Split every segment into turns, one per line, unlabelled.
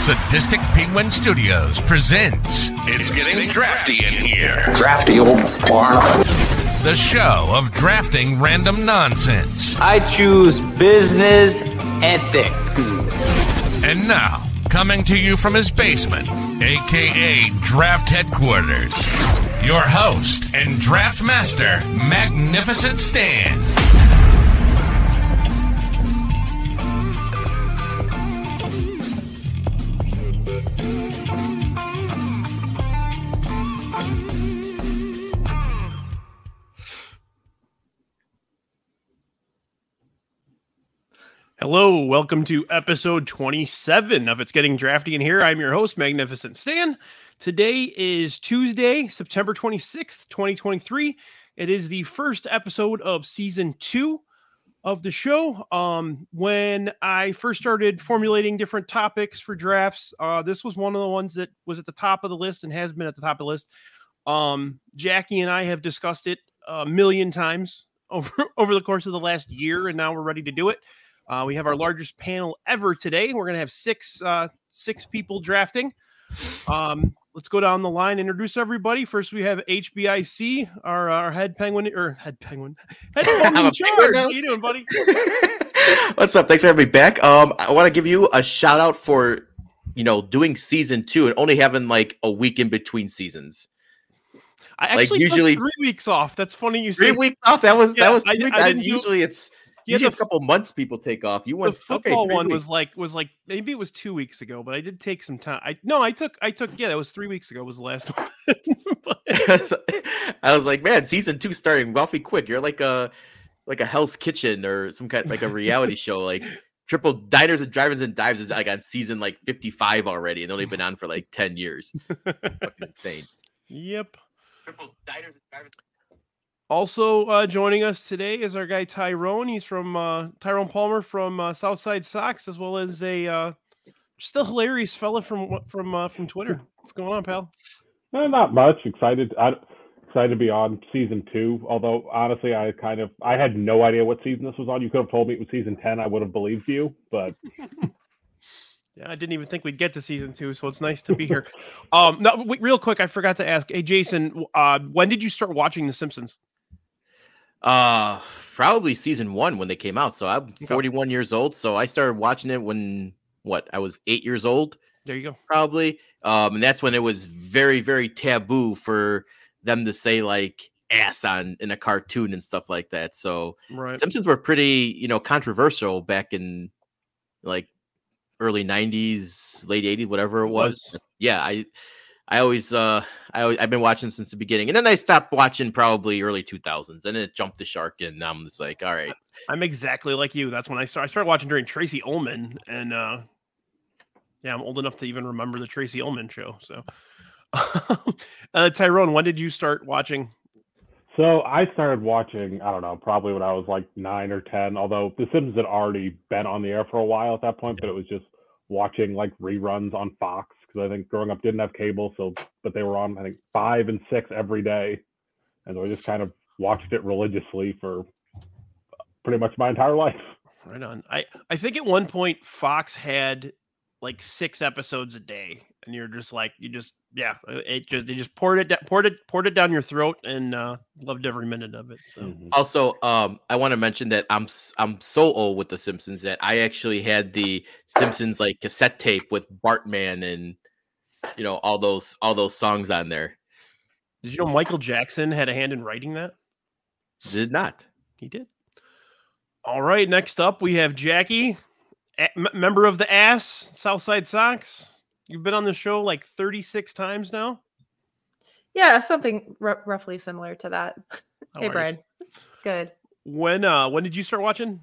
Sadistic Penguin Studios presents It's Getting Drafty in Here,
drafty old barn.
the show of drafting random nonsense.
I choose business ethics.
And now, coming to you from his basement, aka Draft Headquarters, your host and draft master, Magnificent Stan.
Hello, welcome to episode 27 of It's Getting Drafty in Here. I'm your host, Magnificent Stan. Today is Tuesday, September 26th, 2023. It is the first episode of season two of the show. Um, when I first started formulating different topics for drafts, uh, this was one of the ones that was at the top of the list and has been at the top of the list. Um, Jackie and I have discussed it a million times over over the course of the last year, and now we're ready to do it. Uh, we have our largest panel ever today. We're going to have six uh, six people drafting. Um, let's go down the line. Introduce everybody. First, we have HBIC, our our head penguin or head penguin, head penguin
I'm a penguin
in charge.
now.
How you doing, buddy?
What's up? Thanks for having me back. Um, I want to give you a shout out for you know doing season two and only having like a week in between seasons.
I
Like,
actually
usually-
took three weeks off. That's funny you
Three
say.
weeks off. That was
Yeah,
that was
I-
three weeks.
I
I
didn't do-
usually it's
Yeah,
usually
the,
it's a couple months people take off. You
the
went okay,
football
three
one
weeks.
was like was like maybe it was two weeks ago, but I did take some time. I no, I took I took yeah, that was three weeks ago. Was the last one. But-
I was like, man, season two starting awfully quick. You're like a like a Hell's Kitchen or some kind like a reality show like. Triple diners and drivers and dives is like on season like 55 already, and only been on for like 10 years. Fucking insane.
Yep. Also uh, joining us today is our guy Tyrone. He's from uh, Tyrone Palmer from uh, Southside Sox, as well as a uh, still hilarious fella from wa- from uh, from Twitter. What's going on, pal?
Eh, not much. Excited. I, excited to be on season two. Although honestly, I kind of I had no idea what season this was on. You could have told me it was season ten. I would have believed you. But
Yeah, I didn't even think we'd get to season two, so it's nice to be here. um, no, wait, real quick, I forgot to ask. Hey, Jason, w- uh, when did you start watching The Simpsons?
Uh probably season one when they came out. So I'm 41 years old. So I started watching it when what I was eight years old,
There you go.
probably. Um, and that's when it was very, very taboo for them to say like ass on in a cartoon and stuff like that. So
Right.
Simpsons were pretty, you know, controversial back in like early 90s, late 80s, whatever it
It
was.
was.
Yeah, I I always uh I always, I've been watching since the beginning. And then I stopped watching probably early 2000s and then it jumped the shark and now I'm just like, all right.
I'm exactly like you. That's when I started. I started watching during Tracy Ullman, and uh, yeah, I'm old enough to even remember the Tracy Ullman show. So, uh, Tyrone, when did you start watching?
so I started watching. I don't know, probably when I was like nine or ten. Although The Simpsons had already been on the air for a while at that point, but it was just watching like reruns on Fox because I think growing up didn't have cable. So but they were on I think five and six every day, and so I just kind of watched it religiously for pretty much my entire life.
Right on. I I think at one point Fox had like six episodes a day, and you're just like you just yeah, uh, it just they just poured it da- poured it poured it down your throat, and uh, loved every minute of it. So
Also, um I want to mention that I'm s- I'm so old with the Simpsons that I actually had the Simpsons like cassette tape with Bartman and you know all those all those songs on there.
did you know Michael Jackson had a hand in writing that?
Did not.
He did. All right. Next up, we have Jackie, a- m- member of the Ass Southside Sox. You've been on the show like 36 times now.
Yeah, something r- roughly similar to that.
How are
hey,
you?
Brad. Good.
When uh, when did you start watching?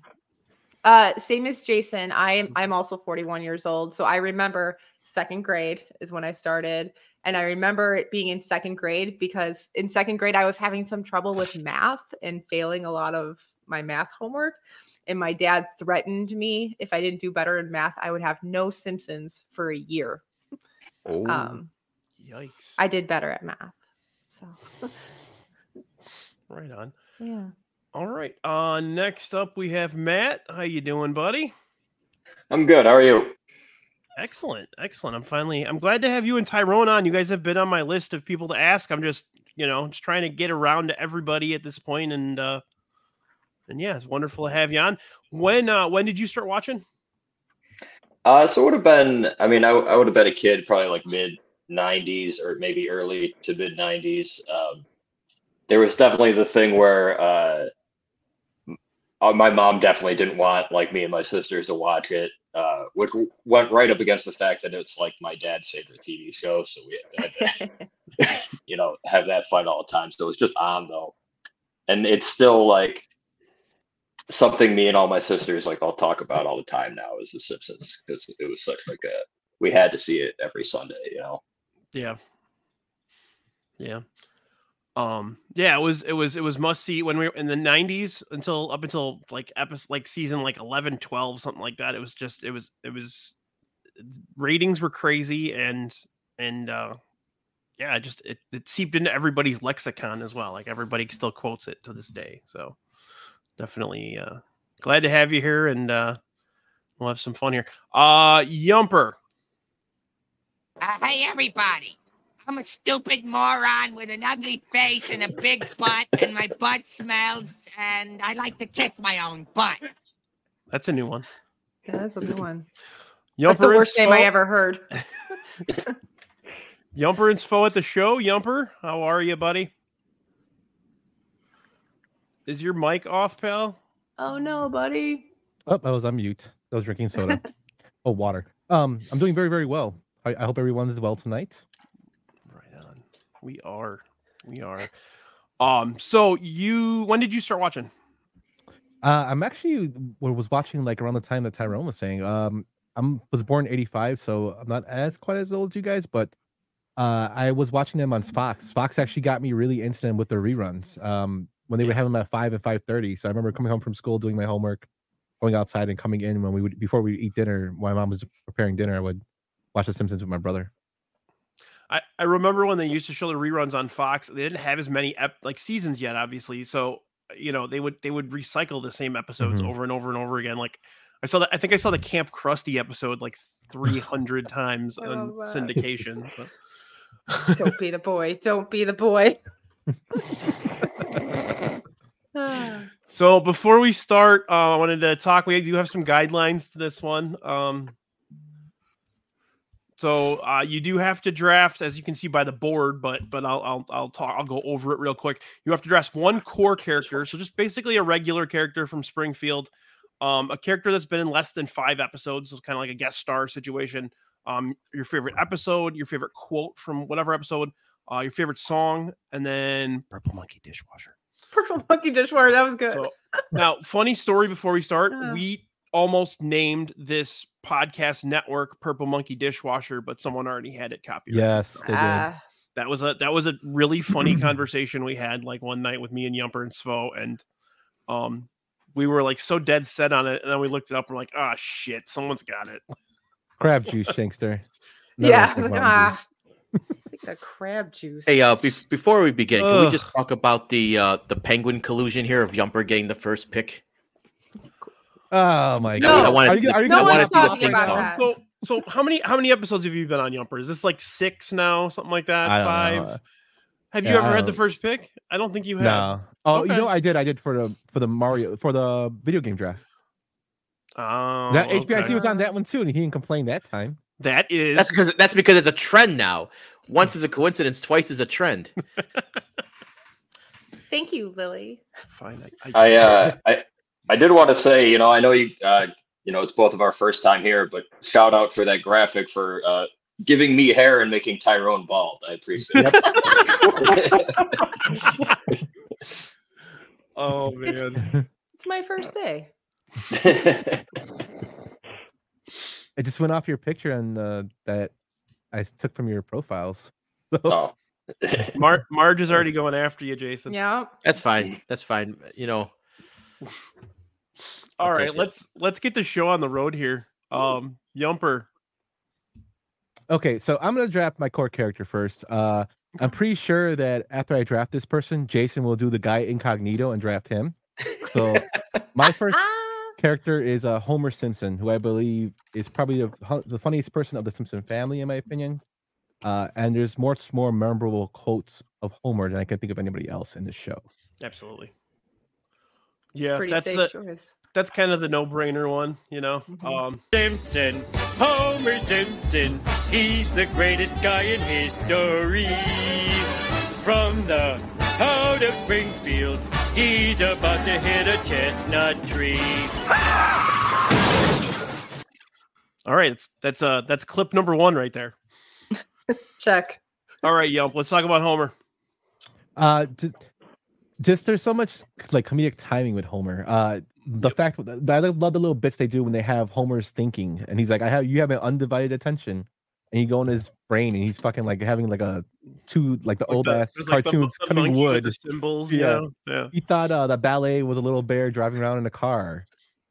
Uh, same as Jason. I am. I'm also 41 years old, so I remember second grade is when I started, and I remember it being in second grade because in second grade I was having some trouble with math and failing a lot of my math homework, and my dad threatened me if I didn't do better in math, I would have no Simpsons for a year.
Oh.
Um,
Yikes!
I did better at math, so
right on.
yeah.
All right. Uh, next up, we have Matt. How you doing, buddy?
I'm good. How are you?
Excellent, excellent. I'm finally. I'm glad to have you and Tyrone on. You guys have been on my list of people to ask. I'm just, you know, just trying to get around to everybody at this point, and uh, and yeah, it's wonderful to have you on. When uh, when did you start watching?
Uh, so it would have been, I mean, I, I would have been a kid, probably like mid 90s or maybe early to mid 90s. Um, there was definitely the thing where uh, m- uh, my mom definitely didn't want like me and my sisters to watch it, uh, which w- went right up against the fact that it's like my dad's favorite TV show. So we had to, had to you know, have that fight all the time. So it was just on though. And it's still like, something me and all my sisters like I'll talk about all the time now is The Simpsons because it was such like a we had to see it every Sunday, you know.
Yeah. Yeah. Um yeah, it was it was it was must see when we were in the 90s until up until like episode like season like 11 12 something like that. It was just it was it was ratings were crazy and and uh yeah, it just it, it seeped into everybody's lexicon as well. Like everybody still quotes it to this day. So definitely uh glad to have you here and uh we'll have some fun here. Uh Yumper,
Uh, hey, everybody. I'm a stupid moron with an ugly face and a big butt, and my butt smells, and I like to kiss my own butt.
that's a new one.
Yeah, that's a good one.
Yumper
That's the
and
worst name I
Spo-
ever heard.
Yumper and Spo at the show. Yumper, how are you, buddy? Is your mic off, pal?
Oh no, buddy.
Oh, I was on mute. I was drinking soda. oh, water. Um, I'm doing very, very well. I, I hope everyone is well tonight.
Right on. We are. We are. Um, so you when did you start watching?
Uh, I'm actually w- was watching like around the time that Tyrone was saying. Um, I'm was born in '85, so I'm not as quite as old as you guys, but uh, I was watching them on Fox. Fox actually got me really into them with the reruns. Um, when they would have them at five and five thirty. So I remember coming home from school, doing my homework, going outside, and coming in when we would before we would eat dinner. My mom was preparing dinner. I would watch The Simpsons with my brother.
I, I remember when they used to show the reruns on Fox. They didn't have as many ep- like seasons yet, obviously. So you know they would they would recycle the same episodes
Mhm.
over and over and over again. Like I saw that I think I saw the Camp Krusty episode like three hundred times
I
on
love that.
syndication. So.
Don't be the boy. Don't be the boy. Ah,
So before we start, uh, I wanted to talk. We do have some guidelines to this one. Um, so uh, you do have to draft, as you can see by the board, but but I'll I'll I'll talk. I'll go over it real quick. You have to draft one core character, so just basically a regular character from Springfield, um, a character that's been in less than five episodes, so kind of like a guest star situation. Um, your favorite episode, your favorite quote from whatever episode, uh, your favorite song, and then Purple Monkey Dishwasher.
Purple monkey dishwater. That was good.
So now, funny story before we start,
Yeah.
we almost named this podcast network Purple Monkey Dishwasher, but someone already had it copyrighted.
Yes, they did.
Ah,
That was a that was a really funny conversation we had like one night with me and Yumper and Svo and um we were like so dead set on it and then we looked it up and we're like, ah shit, someone's got it.
Crab juice, Shankster. Never
yeah.
drink lemon juice.
ah. Like the crab juice.
Hey, uh, bef- before we begin, can we
Ugh.
just talk about the uh, the penguin collusion here of Yumper getting the first pick?
Oh my
No,
god!
I wanna
are
see
you,
the-
are you
No
gonna
one's
watch
talking
the
about
thing?
that.
So so how many how many episodes have you been on Yumper? Is this like six now, something like that?
I don't
Five?
know.
Have
Yeah,
you
I
ever read
don't-
the first pick? I don't think you have.
No. Oh,
Okay.
you know I did. I did for the for the Mario for the video game draft.
Oh,
that
okay.
HBIC was on that one too, and he didn't complain that time.
That is
That's because that's because it's a trend now. Once is a coincidence, twice is a trend.
Thank you, Lily.
fine.
I uh, I I did want to say, you know, I know you uh, you know, it's both of our first time here, but shout out for that graphic for uh giving me hair and making Tyrone bald. I appreciate it.
oh man.
It's my first day.
It just went off your picture and uh, that I s- took from your profiles.
oh.
Mar- Marge is already going after you, Jason.
Yeah.
That's fine. That's fine. You know,
All
I'll
right,
take it.
let's let's get the show on the road here. Um, Yumper.
Okay, so I'm gonna draft my core character first. Uh, I'm pretty sure that after I draft this person, Jason will do the guy incognito and draft him. So my first
Ah,
character is uh, Homer Simpson, who I believe is probably the, hu- the funniest person of the Simpson family, in my opinion. Uh, and there's much more memorable quotes of Homer than I can think of anybody else in this show.
Absolutely. Yeah,
Pretty
that's
safe
the
choice. Mm-hmm.
that's kind of the no-brainer one, you know. Um
Simpson, Homer Simpson, he's the greatest guy in history. From the out of Springfield, he's about to hit a chestnut tree.
all right, that's that's uh that's clip number 1 right there.
Check.
All right, Yelp, let's talk about Homer.
Uh, ju- just there's so much like comedic timing with Homer. Uh, the fact that I love love the little bits they do when they have Homer's thinking, and he's like, "I have you have an undivided attention," and you go in his brain, and he's fucking like having like a two like the
Like
old
the-
ass
there's like the-
cartoons
the
cutting
monkey with
wood.
the symbols,
Yeah.
yeah. Yeah.
He thought uh, the ballet was a little bear driving around in a car.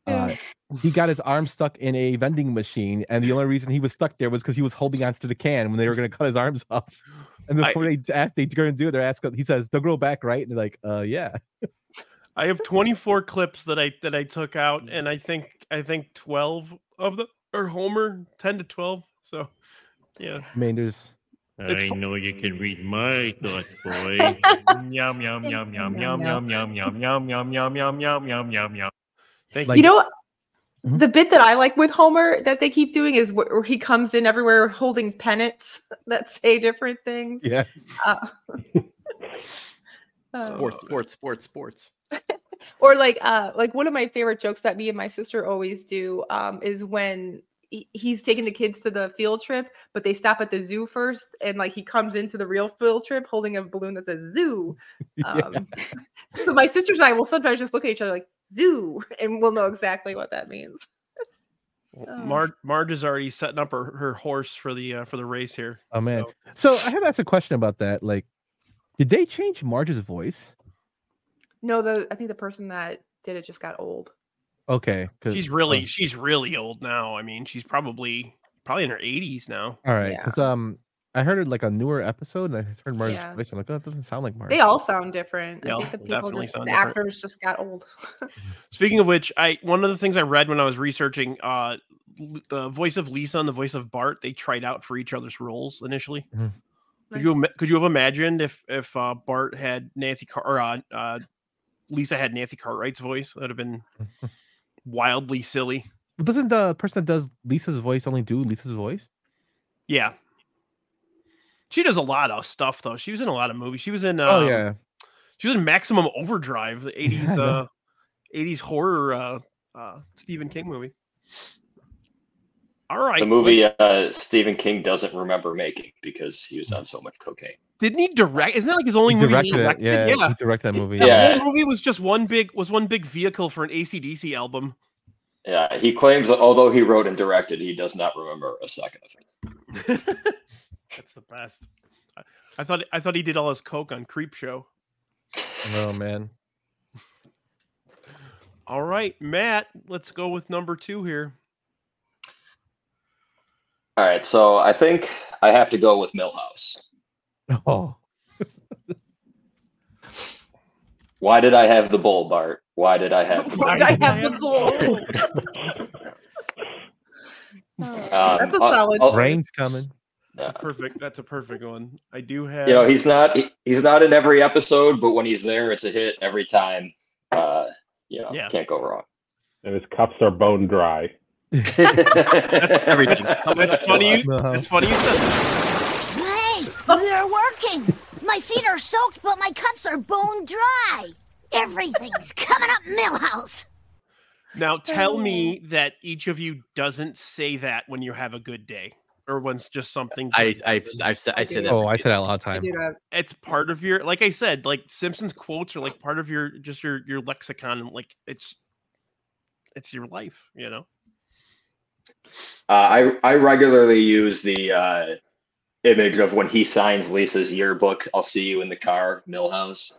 Uh, he got his arm stuck in a vending machine, and the only reason he was stuck there was because he was holding onto the can when they were going to cut his arms off. And
I-
before they ask, they're going to do it, they're asking. He says, "They'll grow back, right?" And they're like, "Uh, yeah."
I have 24 clips that I that I took out,
Mm.
and I think I think 12 of them are Homer, 10 to 12. So, yeah,
I mean, there's
It's
I
fu-
know you can read my thoughts, boy. yum yum yum yum yum yum yum yum yum yum yum yum yum yum yum yum.
thank
Like-
you
you.
know,
Mhm.
the bit that I like with Homer that they keep doing is where where he comes in everywhere holding pennants that say different things.
yes.
Uh, uh,
Oh.
Sports, sports, sports, sports.
or like uh like one of my favorite jokes that me and my sister always do um is when he- he's taking the kids to the field trip but they stop at the zoo first and like he comes into the real field trip holding a balloon that says zoo um, so my sisters and i will sometimes just look at each other like zoo and we'll know exactly what that means
Mar- Marge, is already setting up her, her horse for the uh, for the race here.
Oh man. So I have asked a question about that. Like, did they change Marge's voice?
no the i think the person that did it just got old
Okay, 'cause-
She's really
oh,
she's really old now. I mean, she's probably probably in her 80s now.
all right. Because um, I heard it like a newer episode, and I heard Marge's
Yeah.
voice. I'm like, oh, it doesn't sound like Marge.
they all sound different
Yeah,
i think the
they
people
definitely
just
sound
the
different.
actors just got old
Speaking of which, I one of the things I read when I was researching uh L- the voice of Lisa and the voice of Bart, they tried out for each other's roles initially.
Mm-hmm.
Could you
Nice.
ima- could you have imagined if if uh, Bart had Nancy Car or uh, uh, Lisa had Nancy Cartwright's voice? That would have been wildly silly.
Well, doesn't the person that does Lisa's voice only do Lisa's voice?
Yeah, she does a lot of stuff though. She was in a lot of movies. She was in uh,
oh yeah.
she was in Maximum Overdrive, the
I
eighties
know.
uh eighties horror uh, uh, Stephen King movie. All right,
The movie
let's-
uh, Stephen King doesn't remember making because he was on so much cocaine.
didn't he direct? Isn't that like his only
he
movie?
directed
he
it.
directed?
Yeah,
yeah.
he directed that movie.
That
Yeah.
whole movie was just one big was one big vehicle for an ACDC album.
Yeah, he claims that although he wrote and directed, he does not remember a second of it.
That's the best. I- I thought I thought he did all his coke on Creep Show.
Oh man.
All right, Matt, let's go with number two here.
All right, so I think I have to go with Millhouse.
Oh.
Why did I have the bull, Bart? Why did I have the bull?
Why
i
did I
have the bull
Um,
that's a
I'll-
solid
I'll-
Rain's coming.
yeah.
That's a perfect. That's a perfect one. I do have.
You know, he's not he- he's not in every episode, but when he's there, it's a hit every time. Uh, you know,
Yeah.
can't go wrong.
and his cups are bone dry.
Everything. Uh-huh.
That's funny. You,
Millhouse.
that's funny. You said that.
Hey, they're working. My feet are soaked, but my cups are bone dry. Everything's coming up Millhouse.
Now
Oh.
tell me that each of you doesn't say that when you have a good day or when's just something.
I,
just
I've,
happens.
I've, said- I said that.
Oh, I said that a lot of
I
time.
do that.
it's part of your like i said like simpsons quotes are like part of your just your your lexicon and like it's it's your life you know
Uh, I I regularly use the uh, image of when he signs Lisa's yearbook. I'll see you in the car, Millhouse.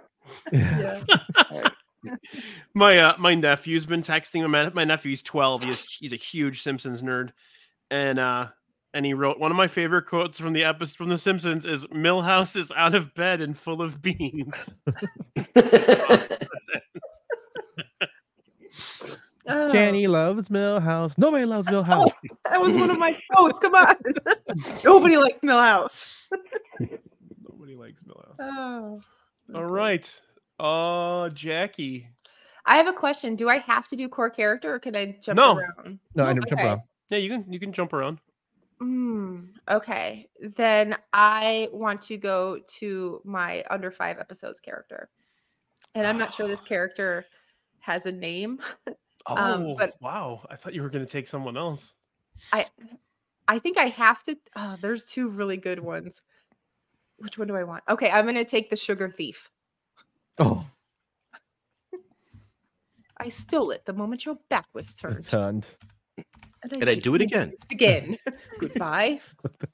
my uh my nephew's been texting me my, my nephew's 12 he's he's a huge simpsons nerd and uh and he wrote one of my favorite quotes from the episode from the simpsons is millhouse is out of bed and full of beans
Oh.
Jenny loves Millhouse. Nobody loves Millhouse.
That was one of my shows. Come on. Nobody likes Millhouse.
Nobody likes Millhouse.
Oh.
All right. Uh, Jackie.
I have a question. Do I have to do core character or can I jump
No.
around?
No, I never jump
Okay.
around.
Yeah, you can you can jump around.
Mm, okay. Then I want to go to my under five episodes character. And I'm not sure this character has a name.
Oh,
Um, but-
wow! I thought you were going to take someone else.
I I think I have to oh, there's two really good ones. Which one do I want? Okay, I'm gonna take the sugar thief.
Oh,
I stole it the moment your back was turned.
it's turned.
And I do it again.
Again. Goodbye.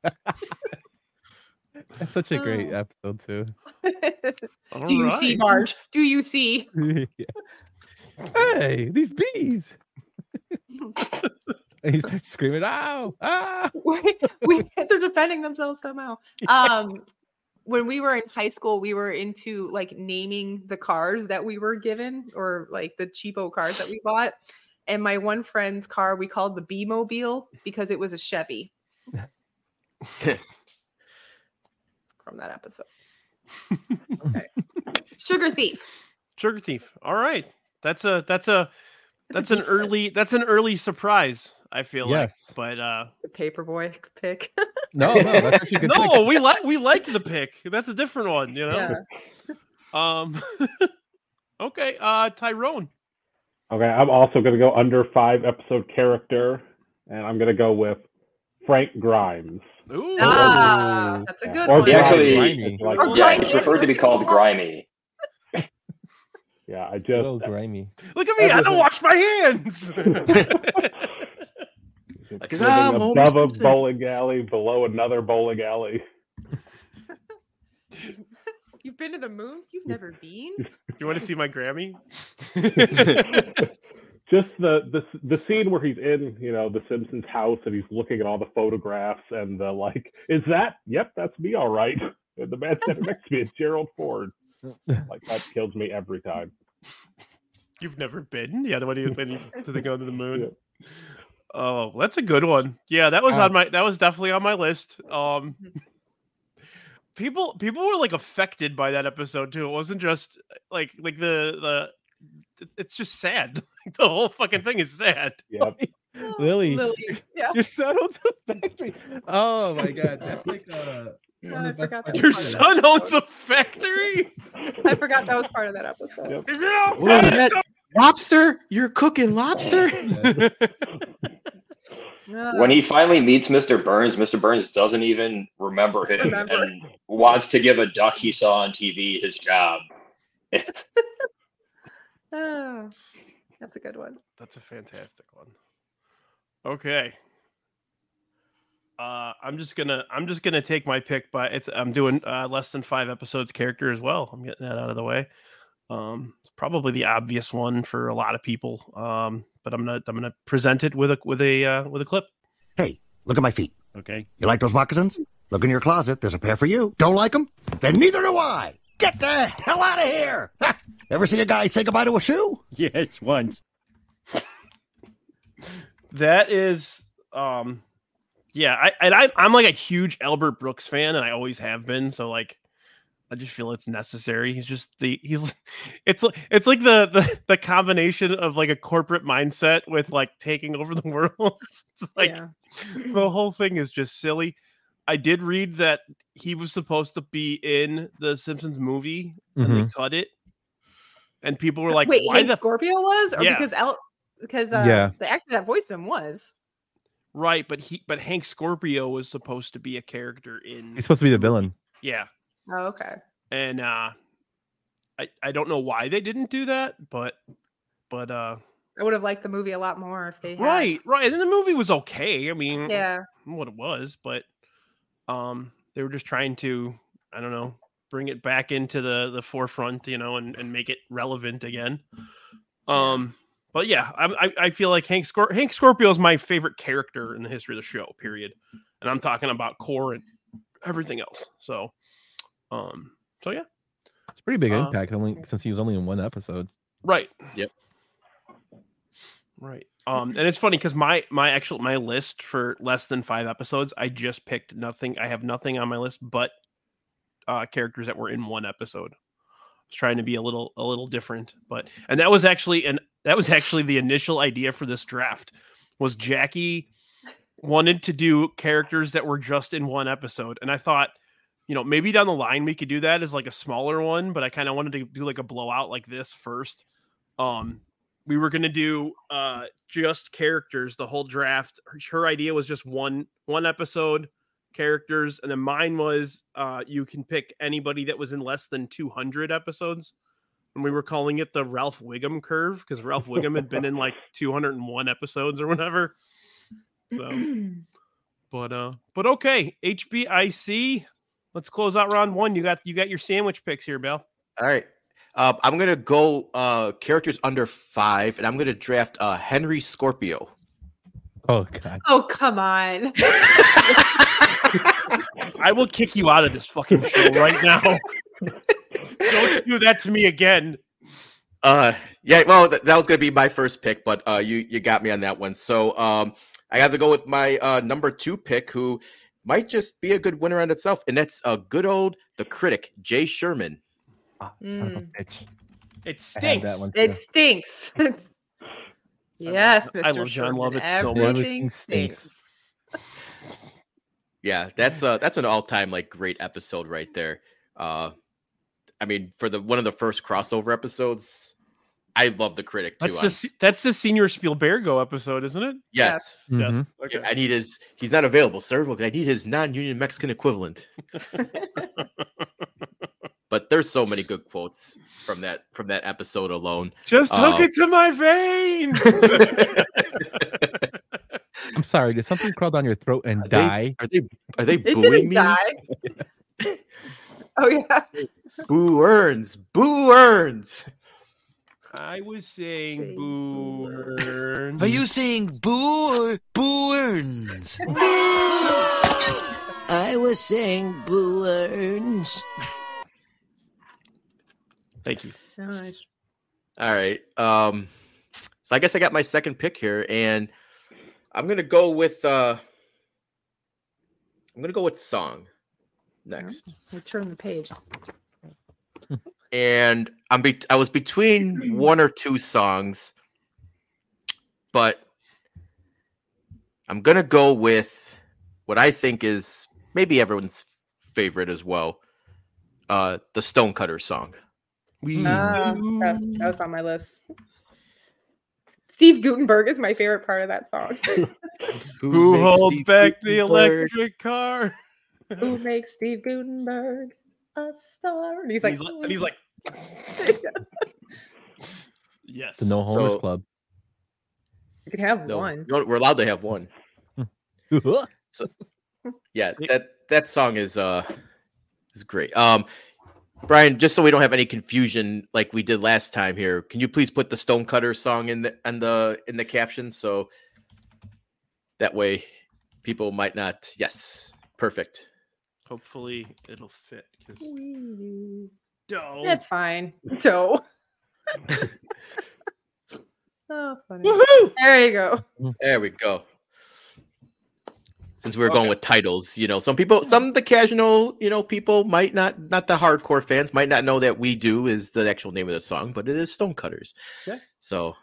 That's such a great
Oh.
episode too.
All
do you see,
right.
Marge? Oh. Do you see?
Yeah. Hey, these bees! and he starts screaming, "Ow! Ah!" Ow!"
we, we- they're defending themselves somehow. Um, when we were in high school, we were into like naming the cars that we were given or like the cheapo cars that we bought. And my one friend's car we called the B Mobile because it was a Chevy. From that episode. Okay. Sugar thief.
Sugar Thief. All right, that's a that's a that's an early that's an early surprise. I feel
Yes.
like, but uh,
The paperboy pick.
No, no, that's actually a good.
no, we like we like the pick. That's a different one, you know.
Yeah.
Um. okay, uh, Tyrone.
Okay, I'm also going to go under five episode character, and I'm going to go with Frank Grimes.
Ooh.
Ah, that's a
Yeah.
good
Or
one.
He actually-
Grimy.
Grimy.
Like-
Yeah, he preferred to be called grimy.
yeah, I
Good old
just
grimy.
Look at me! I
Everything.
don't wash my hands.
Cause
it's
I'm
living
Homer
above a
Simpson.
bowling alley, below another bowling alley.
You've been to the moon? You've never been?
you want to see my Grammy?
Just the, the the scene where he's in, you know, the Simpsons house and he's looking at all the photographs and the like, is that? Yep, that's me, all right. And the man standing next to me is Gerald Ford. Like that kills me every time.
You've never been. Yeah, the one you when you- to the go to the moon. Oh, that's a good one. Yeah, that was
Uh,
on my that was definitely on my list. Um people people were like affected by that episode too. It wasn't just like like the the it- it's just sad. the whole fucking thing is sad.
Yep.
Lily,
Oh, Lily. Yeah.
your son owns a factory. Oh my god, that's like uh, one
I
of the best
forgot
parts
that
Your
of that.
son owns a factory.
I forgot that was part of that episode.
Yep.
Is it
What was
okay?
that? Lobster? You're cooking lobster?
When he finally meets Mr. Burns, Mr. Burns doesn't even remember him
Remember.
and wants to give a duck he saw on TV his job.
Oh, that's a good one.
That's a fantastic one. Okay. Uh, I'm just gonna I'm just gonna take my pick, but it's I'm doing uh, less than five episodes character as well. I'm getting that out of the way. Um, it's probably the obvious one for a lot of people. Um, but I'm gonna I'm gonna present it with a with a uh, with a clip.
Hey, look at my feet.
Okay.
You like those moccasins? Look in your closet. There's a pair for you. Don't like them? Then neither do I. Get the hell out of here. Ha! Ever see a guy say goodbye to a shoe?
Yes, once.
That is, um, yeah, I and I, I'm like a huge Albert Brooks fan, and I always have been. So like, I just feel it's necessary. He's just the he's, it's li- it's like the the, the combination of like a corporate mindset with like taking over the world. it's like
Yeah.
the whole thing is just silly. I did read that he was supposed to be in the Simpsons movie, and
Mhm.
they cut it. And people were like,
Wait,
"Why
Hank
the
Scorpio was, or
Yeah.
because El- because uh,
Yeah.
the actor that voiced him was.
Right, but he but Hank Scorpio was supposed to be a character in
He's supposed to be the villain.
yeah.
Oh, okay.
And uh I I don't know why they didn't do that, but but uh
I would have liked the movie a lot more if they had.
right, right. And the movie was okay. I mean,
Yeah.
what it was, but um they were just trying to I don't know, bring it back into the the forefront, you know, and and make it relevant again. Um but yeah, I I, I feel like Hank Scor- Hank Scorpio is my favorite character in the history of the show, period. And I'm talking about core and everything else. So um so yeah,
It's a pretty big
Uh,
impact, only since he was only in one episode.
right.
Yep.
Right. Um, and it's funny because my my actual my list for less than five episodes, I just picked nothing. I have nothing on my list but uh characters that were in one episode. I was trying to be a little a little different, but and that was actually and that was actually the initial idea for this draft was Jackie wanted to do characters that were just in one episode, and I thought, you know, maybe down the line we could do that as like a smaller one, but I kind of wanted to do like a blowout like this first. Um, we were gonna do uh just characters the whole draft her, her idea was just one one episode characters and then mine was uh you can pick anybody that was in less than 200 episodes and we were calling it the ralph wiggum curve because ralph wiggum had been in like 201 episodes or whatever so but uh but okay hbic let's close out round one you got you got your sandwich picks here bill
All right. Uh, I'm gonna go uh, characters under five, and I'm gonna draft uh, Henry Scorpio.
Oh god.
Oh, come on.
I will kick you out of this fucking show right now. Don't do that to me again.
Uh, yeah. Well, th- that was gonna be my first pick, but uh, you you got me on that one. So um, I have to go with my uh, number two pick, who might just be a good winner on itself, and that's a uh, good old the critic Jay Sherman.
Ah, Son of a bitch.
It
I had
stinks.
that one
It
too.
stinks. yes, Mr.
I love John
Sherman,
Lovett so much.
everything
Everything stinks.
stinks.
Yeah, that's uh that's an all time like great episode right there. Uh, I mean, for the one of the first crossover episodes, I love the critic too.
That's
I'm-
the se- that's the senior Spielbergo episode, isn't it?
yes,
Yes.
Mhm.
Okay.
I need his. He's not available, sir. Look, I need his non-union Mexican equivalent. but there's so many good quotes from that from that episode alone.
Just hook
Uh,
it to my veins.
I'm sorry. Did something crawl down your throat and
Are
die?
they, are they are they
It
booing
didn't
me?
die. oh yeah.
Boo earns. Boo earns.
I was saying boo. earns.
Are you saying boo or boo earns? I was saying boo earns.
Thank you.
Nice.
All right. Um, so I guess I got my second pick here, and I'm gonna go with uh, I'm gonna go with song next,
We turn the page.
and I'm be- I was between one or two songs, but I'm gonna go with what I think is maybe everyone's favorite as well, uh, the Stonecutter song.
We
Ah,
Mm.
that, that was on my list. Steve Gutenberg is my favorite part of that song.
who
makes
holds
the
back the
Gutenberg?
electric car?
Who makes Steve Gutenberg a star? And he's
And
like,
he's like, and he's like yes.
The No Homers
So-
Club.
you can have
No,
one.
no, we're allowed to have one. yeah
Wait.
that that song is uh is great um brian just so we don't have any confusion like we did last time here can you please put the stonecutter song in the in the in the caption so that way people might not yes perfect
Hopefully it'll fit. 'cause- No.
That's fine. So. oh, funny.
Woohoo!
There you go.
there we go since we were going with titles you know some people some of the casual you know people might not not the hardcore fans might not know that we do is the actual name of the song but it is stonecutters
Okay.
so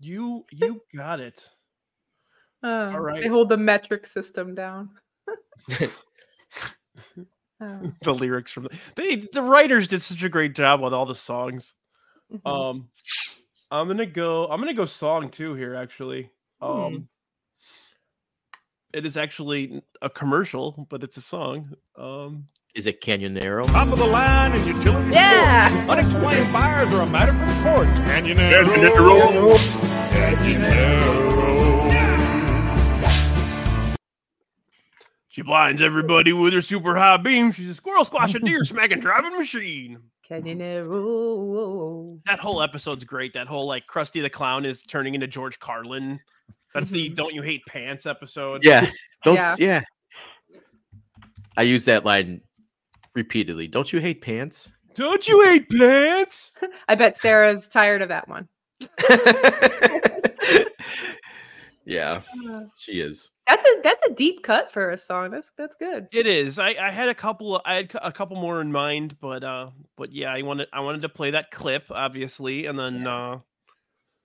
You you got it.
Oh,
right.
They hold the metric system down. Oh.
The lyrics from the, they the writers did such a great job with all the songs.
Mhm.
Um, I'm gonna go. I'm gonna go song two here. Actually, um, it is actually a commercial, but it's a song. Um,
Is it Canyonero?
Top of the line in utility
yeah.
Unexplained fires are a matter for the courts. Can you know?
she blinds everybody with her super high beam. She's a squirrel squash, a deer smacking driving machine.
Can you know?
That whole episode's great. That whole like Krusty the Clown is turning into George Carlin. That's the "Don't You Hate Pants" episode.
Yeah. Don't
Yeah.
yeah. I use that line repeatedly. Don't you hate pants?
Don't you hate pants?
I bet Sarah's tired of that one.
Yeah, she is.
That's a that's a deep cut for a song. That's that's good.
It is. I, I had a couple. I had a couple more in mind, but uh, but yeah, I wanted I wanted to play that clip obviously, and then uh,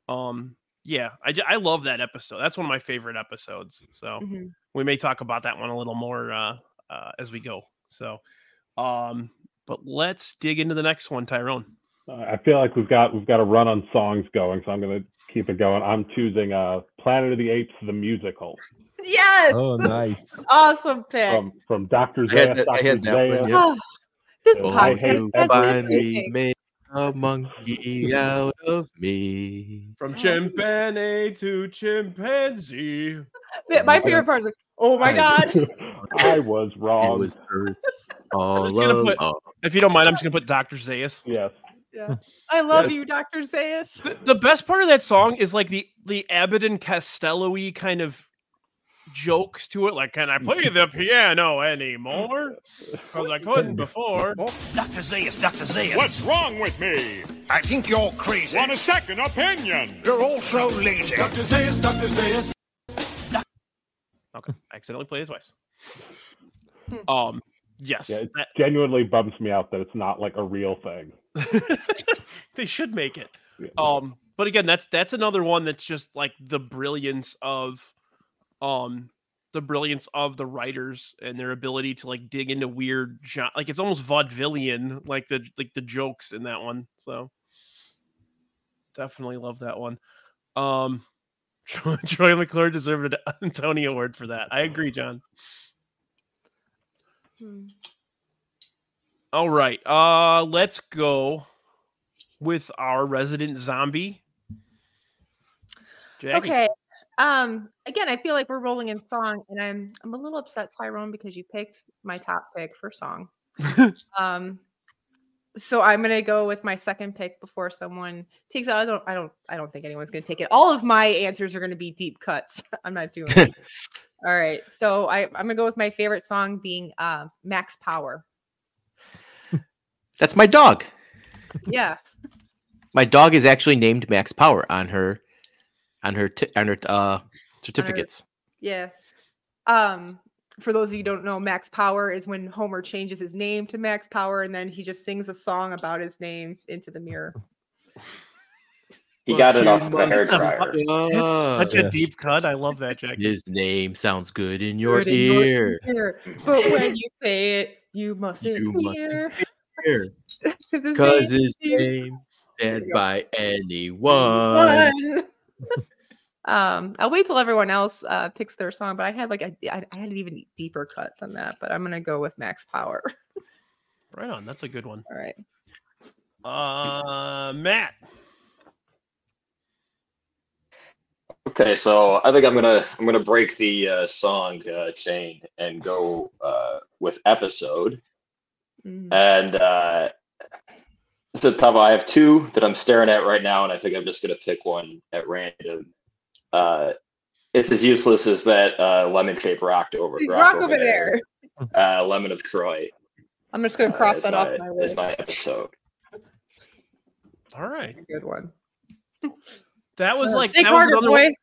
um, yeah, I ju- I love that episode. That's one of my favorite episodes. So
Mm-hmm.
Mhm.
we may talk about that one a little more uh, uh as we go. So, um, but let's dig into the next one, Tyrone.
Uh, I feel like we've got we've got a run on songs going, so I'm gonna keep it going. I'm choosing uh Planet of the Apes the musical
Yes.
Oh, Um, nice.
awesome pick.
from from Doctor
I had
Zeus.
that- I had that one, yeah.
Oh, this
Oh,
I
podcast
hate
has
finally
everything.
made a monkey out of me.
From chimpanzee to chimpanzee.
My- My favorite part is like, oh my god.
I was wrong.
It was Earth
I'm
all
just gonna put-
along.
if you don't mind, I'm just gonna put Doctor Zeus.
Yes.
Yeah. I love
Yeah.
you, Dr. Zayas.
The- the best part of that song is like the the Abbott and Costello y kind of jokes to it. Like, can I play the piano anymore? Because I couldn't before.
Oh,
Dr. Zeus, Dr. Zeus.
What's
wrong with me? I think you're crazy. Want a second opinion? You're also lazy. Dr. Zeus, Dr. Zeus.
Okay, I accidentally played it twice. Um, yes,
Yeah, it
that-
genuinely bumps me out that it's not like a real thing.
they should make it. Um, but again, that's that's another one that's just like the brilliance of, um, the brilliance of the writers and their ability to like dig into weird, gen- like it's almost vaudevillian, like the like the jokes in that one. So definitely love that one. Um, Troy McClure deserved an Tony Award for that. I agree, John. All right. Uh let's go with our resident zombie. Jackie.
Okay. Um, again, I feel like we're rolling in song, and I'm I'm a little upset, Tyrone, because you picked my top pick for song. um, so I'm gonna go with my second pick before someone takes it. I don't, I don't, I don't think anyone's gonna take it. All of my answers are gonna be deep cuts. I'm not doing. it. All right, so I I'm gonna go with my favorite song being uh, Max Power.
That's my dog.
Yeah.
My dog is actually named Max Power on her, on her, t- on her uh, certificates.
Yeah. Um, for those of you who don't know, Max Power is when Homer changes his name to Max Power and then he just sings a song about his name into the mirror.
He got it
Two
off of a
months
hairdryer.
of-
That's such a
uh, Yes.
deep cut. I love that, Jackie.
His name sounds good in your
Good in your
ear.
ear, But when you say it, you mustn't
You mustn't
hear.
Ear.
'cause his
Cause
name
his
is
name said
go.
by anyone.
Fun. um, I'll wait till everyone else uh, picks their song, but I had like a, I, I had an even deeper cut than that, but I'm gonna go with Max Power.
Right on. That's a good one.
All right.
Uh Matt.
Okay, so I think I'm gonna I'm gonna break the uh, song uh, chain and go uh, with episode.
Mm.
And uh, it's a tough. I have two that I'm staring at right now, and I think I'm just gonna pick one at random. Uh, it's as useless as that uh, lemon shape rocked over
Rock over there.
Uh, lemon of Troy.
I'm just gonna
uh,
cross
is
that off my
is
list.
my episode.
All right.
Good one.
That was
Uh,
like
think
that was
harder,
another
boy.
one,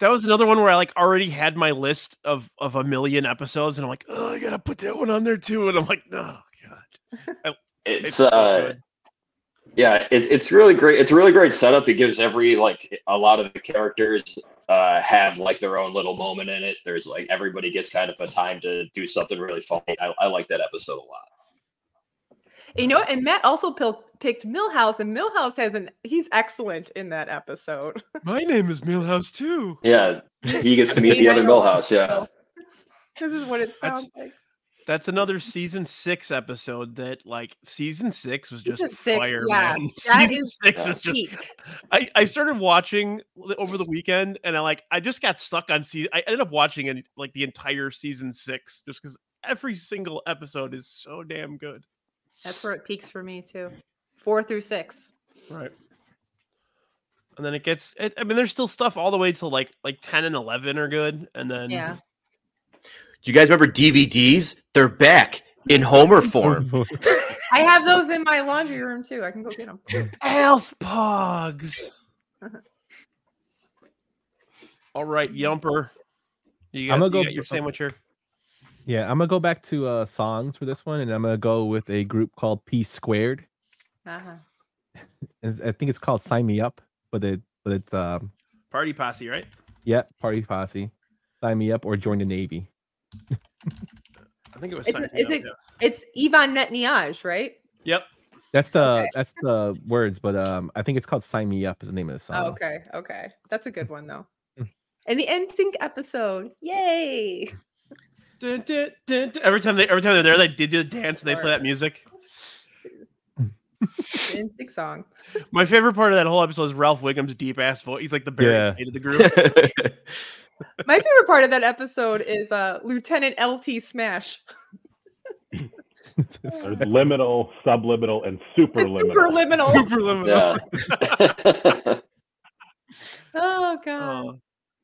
that was another one where I like already had my list of of a million episodes, and I'm like, oh, I gotta put that one on there too, and I'm like, no, God. I-
it's
so
uh
good.
yeah it, it's really great it's a really great setup it gives every like a lot of the characters uh have like their own little moment in it there's like everybody gets kind of a time to do something really funny i, I like that episode a lot
You know, and Matt also pil- picked Millhouse, and Millhouse has an he's excellent in that episode.
My name is Millhouse too.
yeah he gets to meet the
Yeah, I
other
know.
millhouse yeah
this is what it
That's-
sounds like.
That's another season six episode that like season six was just
Season six,
fire,
yeah.
man.
That
season
is
six is just
peak.
I, I started watching li- over the weekend and I like I just got stuck on season I ended up watching in, like the entire season six just because every single episode is so damn good.
That's where it peaks for me too. Four through six.
Right. And then it gets it, I mean there's still stuff all the way to like like ten and eleven are good and then
Yeah.
Do you guys remember DVDs? They're back in Homer form.
I have those in my laundry room too. I can go get them.
Elf Pogs. All right, Yumper. You got,
I'm gonna
you
go-
got your sandwich here.
Yeah, I'm gonna go back to uh songs for this one, and I'm gonna go with a group called P Squared.
Uh-huh.
It's- I think it's called Sign Me Up, but it but it's um
Party posse, right?
yeah, Party Posse, Sign Me Up or Join the Navy.
I think it was.
It's
Sign
a,
Me
it's,
Up,
a, it's Ivan Netanyahu, right?
Yep.
That's the that's the words, but um I think it's called Sign Me Up is the name of the song.
Oh, okay, okay, that's a good one though.
Hmm.
And the end sync episode, yay!
Dun, dun, dun, dun. Every time they every time they're there, they did the dance and they play that music.
end sync song.
My favorite part of that whole episode is Ralph Wiggum's deep ass voice. He's like the Barry
Yeah.
White of the group.
My favorite part of that episode is uh, Lieutenant LT Smash.
There's liminal, subliminal, and superliminal.
Superliminal.
Superliminal.
Oh god.
Uh,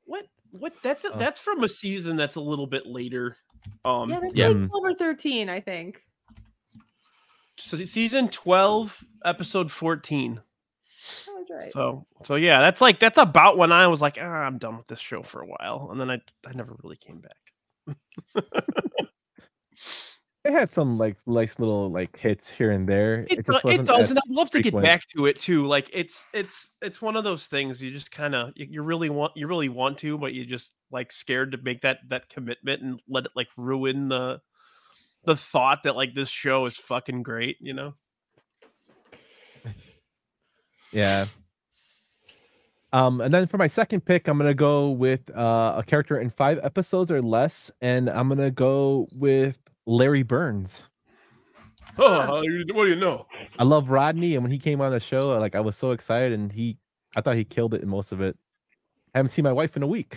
what what that's
Oh.
a, that's from a season that's a little bit later. Um
yeah, that's like twelve or thirteen, I think.
so season 12 episode 14.
That was right.
So so yeah, that's like that's about when I was like, ah, I'm done with this show for a while, and then I I never really came back.
They had some like nice little like hits here and there.
It, do- it
just wasn't
does,
as
and I'd love to get
frequent.
back to it too. Like it's it's it's one of those things you just kind of you, you really want you really want to, but you just like scared to make that that commitment and let it like ruin the the thought that like this show is fucking great, you know?
Yeah. Um, and then for my second pick, I'm gonna go with uh, a character in five episodes or less, and I'm gonna go with Larry Burns.
Oh, what do you know?
I love Rodney, and when he came on the show, like I was so excited, and he, I thought he killed it in most of it. I haven't seen my wife in a week.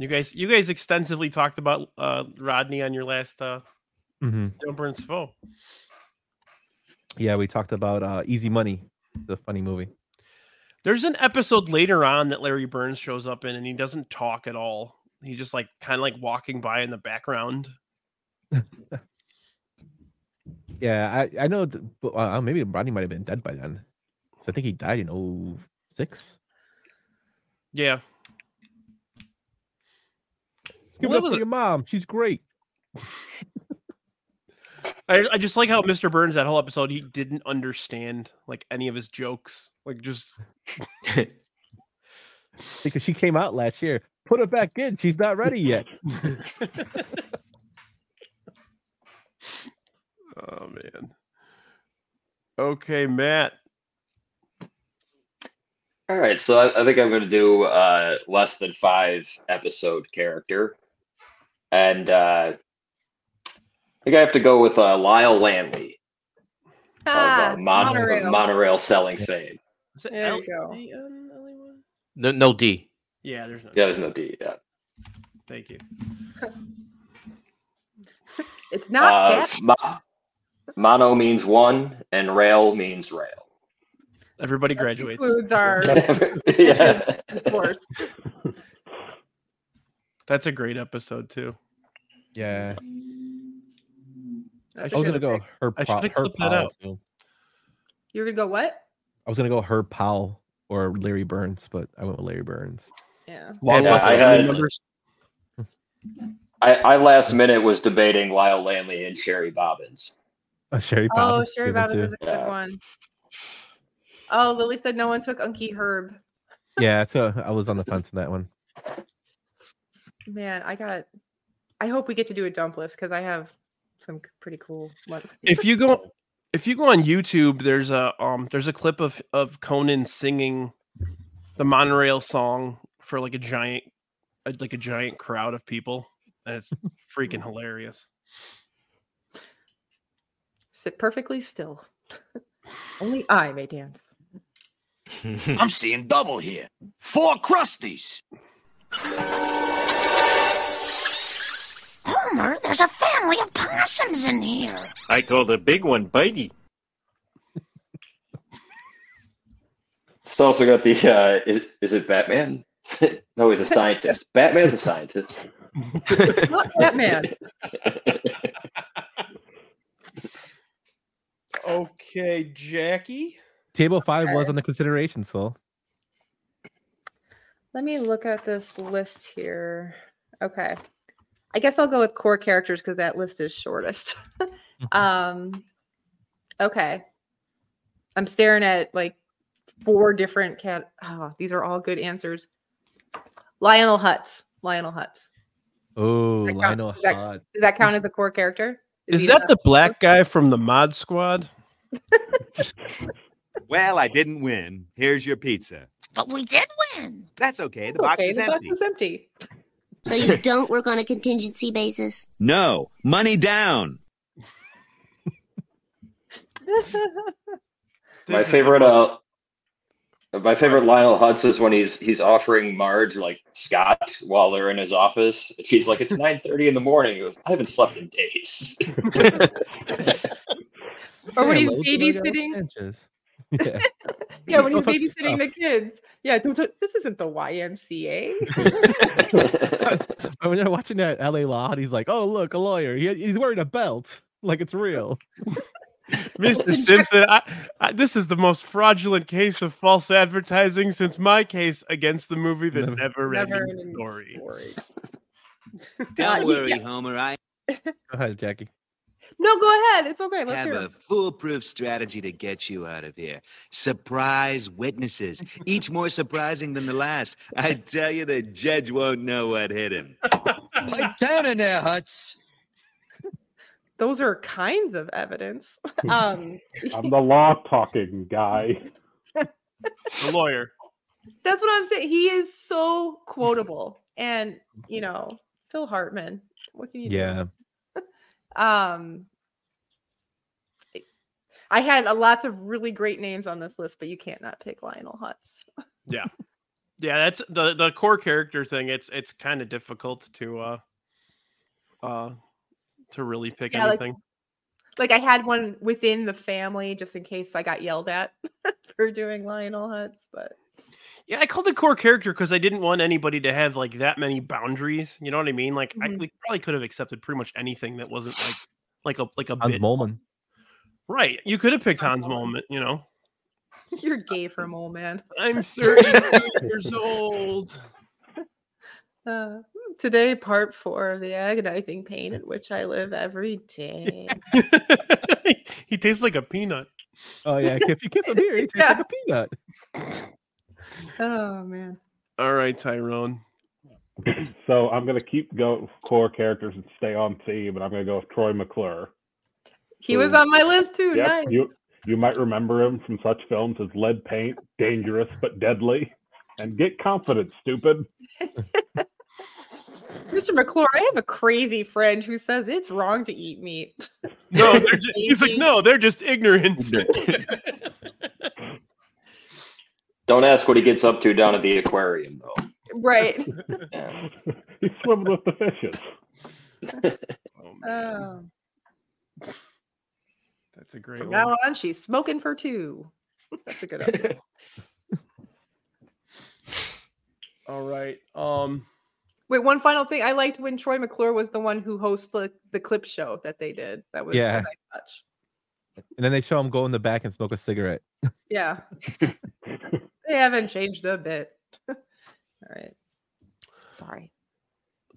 You guys you guys extensively talked about uh Rodney on your last uh
Mhm.
Jumper and Spo.
Yeah, we talked about uh, Easy Money, the funny movie.
There's an episode later on that Larry Burns shows up in and he doesn't talk at all. He's just like kind of like walking by in the background.
Yeah, I, I know, th- but, uh, maybe Rodney might have been dead by then, so I think he died in 06.
Yeah.
Let's give
Well, that
it up
was
for
a-
your mom. She's great.
I, I just like how Mr. Burns that whole episode he didn't understand like any of his jokes. Like just
because she came out last year. Put her back in. She's not ready yet.
oh man. Okay, Matt.
All right, so I, I think I'm going to do uh, less than five episode character, and uh, I think I have to go with uh, Lyle Lanley
Ah,
Oh,
of uh, Mon-
monorail.
of monorail selling fame.
Is it
There
L-
you go.
No, no D.
Yeah, there's no
Yeah, there's no D. Yeah.
thank you.
It's not
Uh,
bad.
mo- mono means one, and rail means rail.
Everybody graduates.
Includes our
yeah.
course.
That's a great episode too.
Yeah.
That's
I was
a
gonna
good
go
pick.
her
I
pro-
should've
her
clipped that
Powell.
out.
too.
You were gonna go what?
I was gonna go her Powell or Larry Burns, but I went with Larry Burns.
Yeah.
Long
Yeah,
lost
uh, I
family
had-
members.
I, I last minute was debating Lyle Lanley and Sherry Bobbins.
Oh, Sherry
Oh,
Powell's
Sherry
good one,
Bobbins is
too.
a good one. Oh, Lily said no one took Unky Herb.
Yeah, so I was on the fence in that one.
Man, I got. I hope we get to do a dump list because I have some c- pretty cool ones.
If you go if you go on YouTube, there's a um there's a clip of of Conan singing the monorail song for like a giant uh, like a giant crowd of people and it's freaking hilarious.
Sit perfectly still. Only I may dance.
I'm seeing double here. Four crusties.
Homer, there's a family of possums in here.
I call the big one Bitey.
It's also got the uh, is, is it Batman? no, he's a scientist. Batman's a scientist.
Not Batman.
Okay, Jackie.
Table five was on the consideration, so
Let me look at this list here. Okay. I guess I'll go with core characters because that list is shortest.
Mm-hmm.
um okay. I'm staring at like four different cat oh, these are all good answers. Lionel Hutz. Lionel Hutz.
Oh,
Does that count-
Lionel
does that-
Hutz.
Does that count
Is-
as a core character?
Is
he
that the black guy from the Mod Squad?
Well, I didn't win. Here's your pizza.
But we did win.
That's okay. The box
Okay,
is
the box
empty.
is empty.
So you don't work on a contingency basis?
No, money down.
my favorite uh my favorite Lionel Hutz is when he's he's offering Marge like scotch while they're in his office. And She's like, "It's nine thirty in the morning." He goes, "I haven't slept in days."
Or when he's
Hello to my guy
babysitting.
Sanchez. Yeah.
Yeah, when
Don't
he's
touch my
babysitting the
stuff.
kids. Yeah, don't touch- this isn't the YMCA.
I mean, they're watching that LA Law, and he's like, "Oh, look, a lawyer. He, he's wearing a belt, like it's real."
Mr. Simpson, I, I, this is the most fraudulent case of false advertising since my case against the movie The Never Ending
Never-ending
Story.
Uh,
Don't worry,
yeah.
Homer. I
Go ahead, Jackie.
No, go ahead. It's okay. Let's
have
hear.
a
it.
foolproof strategy to get you out of here. Surprise witnesses, each more surprising than the last. I tell you, the judge won't know what hit him. Pipe down in there, Hutz.
Those are kinds of evidence. Um,
I'm the law talking guy.
The lawyer.
that's what I'm saying. He is so quotable, and you know Phil Hartman. What can you?
Yeah,
Do? Um, I had a, lots of really great names on this list, but you can't not pick Lionel Hutz.
Yeah. Yeah, that's the the core character thing. It's it's kind of difficult to uh uh to really pick
Yeah, like-
anything.
Like I had one within the family, just in case I got yelled at for doing Lionel Hutz, but.
Yeah, I called it core character because I didn't want anybody to have like that many boundaries. You know what I mean? Like I,
Mhm.
we probably could have accepted pretty much anything that wasn't like like a like a
Hans
bit.
Molman.
Right. You could have picked Hans Moment, you know.
You're gay for mole man.
I'm 32 years old.
Uh, today, part four of the agonizing pain in which I live every day.
He tastes like a peanut.
Oh yeah, if you kiss him here, he tastes like a peanut.
oh man.
All right, Tyrone.
So I'm gonna keep go with core characters and stay on theme, and I'm gonna go with Troy McClure.
He was on my list too.
Yep,
nice.
you you might remember him from such films as Lead Paint, Dangerous but Deadly, and Get Confident, Stupid.
Mr. McClure, I have a crazy friend who says it's wrong to eat meat.
No, they're ju- he's like, no, they're just ignorant.
Don't ask what he gets up to down at the aquarium, though.
right.
He's swimming with the fishes.
Oh.
That's a great
From
one.
now on, she's smoking for two. That's a good idea.
All right. Um
Wait, one final thing. I liked when Troy McClure was the one who hosts the, the clip show that they did. That was
Yeah.
a nice touch.
And then they show him go in the back and smoke a cigarette.
Yeah. they haven't changed a bit. All right. Sorry.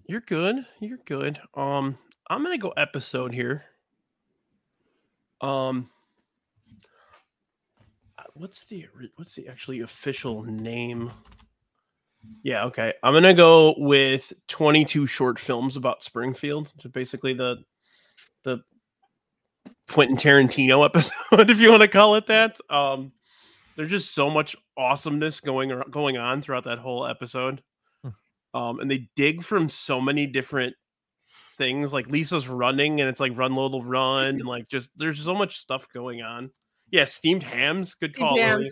You're good. You're good. Um, I'm gonna go episode here. Um, uh, what's the ori- what's the actually official name? Yeah, okay. I'm gonna go with 22 short films about Springfield, which is basically the the Quentin Tarantino episode, if you want to call it that. Um, there's just so much awesomeness going ar- going on throughout that whole episode um, and they dig from so many different things. Like Lisa's running, and it's like run little run, and like just there's so much stuff going on. Yeah, steamed hams, good
Steamed
call.
hams.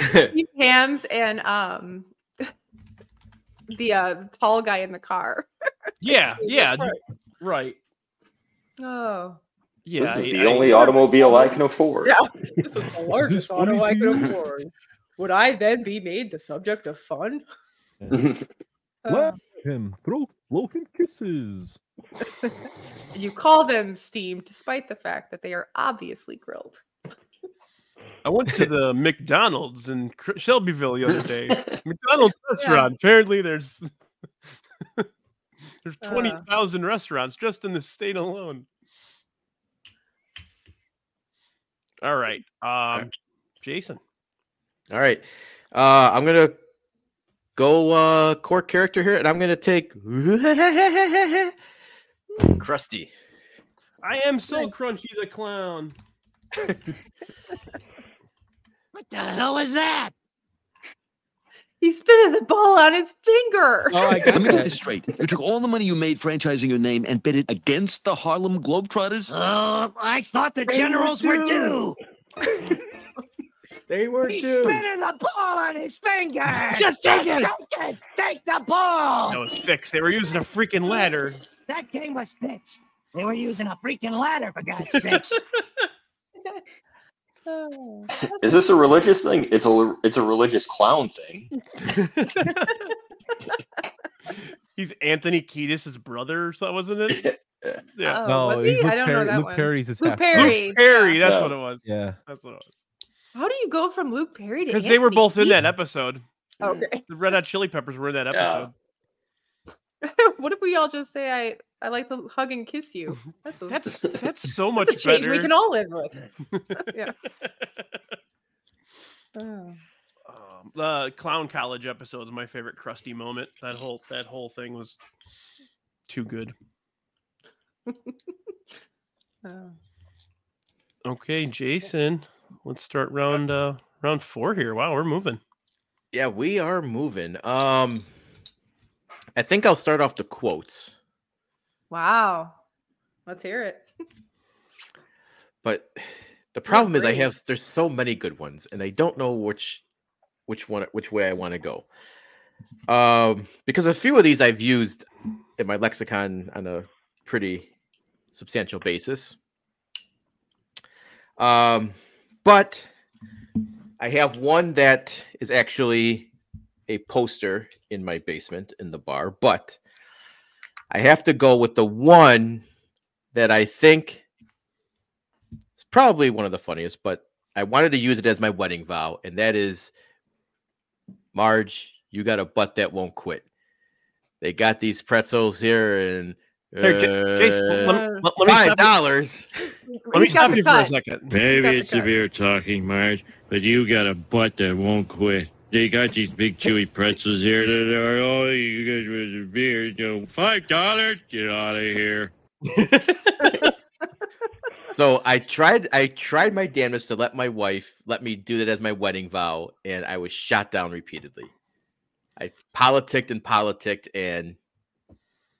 Steve Hams and um the uh tall guy in the car.
Yeah, yeah, right.
Oh.
Yeah,
this is
I-
the
I-
only automobile I can afford.
Yeah. This was the largest auto I could afford. Would I then be made the subject of fun? Uh.
Love him, throw, blow him kisses.
You call them steamed despite the fact that they are obviously grilled.
I went to the McDonald's in Cr- Shelbyville the other day. McDonald's restaurant. Apparently, there's there's
Uh.
twenty thousand restaurants just in the state alone. All right, um, Jason.
All right. Uh, I'm going to go uh, core character here, and I'm going to take Krusty.
I am so crunchy the clown.
What the hell was that?
He's spinning the ball on his finger.
Oh,
Let me get this straight. You took all the money you made franchising your name and bet it against the Harlem Globetrotters?
Oh, I thought the
They were
generals were due.
due.
they were
He's
due.
spinning the ball on his finger.
Just take it.
Take it. Take the ball.
That was fixed. They were using a freaking ladder.
That game was fixed. They were using a freaking ladder for God's sakes.
Is this a religious thing? It's a it's a religious clown thing.
He's Anthony Kiedis' brother, so wasn't it?
Oh,
Yeah.
No, it's Luke Perry- Luke Perry's his
Luke
half-
Perry.
Luke Perry,
Yeah.
that's what it was.
Yeah.
That's what it was.
How do you go from Luke Perry to?
Because they were
Anthony
both in that
Kiedis?
episode.
Okay.
The Red Hot Chili Peppers were in that episode.
what if we all just say I I like to hug and kiss you? That's a,
that's That's so
a
much
change
better.
we can all live with. yeah. Oh.
the Clown College episode is my favorite crusty moment. That whole that whole thing was too good.
Oh.
Okay, Jason, let's start round uh round four here. Wow, we're moving.
Yeah, we are moving. Um, I think I'll start off the quotes,
Wow. Let's hear it.
but the problem is I have there's so many good ones, and I don't know which which one which way I want to go. Um, because a few of these I've used in my lexicon on a pretty substantial basis. Um, but I have one that is actually a poster in my basement in the bar, but I have to go with the one that I think is probably one of the funniest, but I wanted to use it as my wedding vow, and that is Marge, you got a butt that won't quit. They got these pretzels here and
Here, J- Jason,
uh,
lem- lem- let me
five
stop you-
dollars.
Let me stop you for a second.
Maybe it's a beer talking, Marge, but you got a butt that won't quit. They got these big chewy pretzels here that are oh you guys with the beer, you know, five dollars? Get out of here.
So I tried I tried my damnedest to let my wife let me do that as my wedding vow, and I was shot down repeatedly. I politicked and politicked, and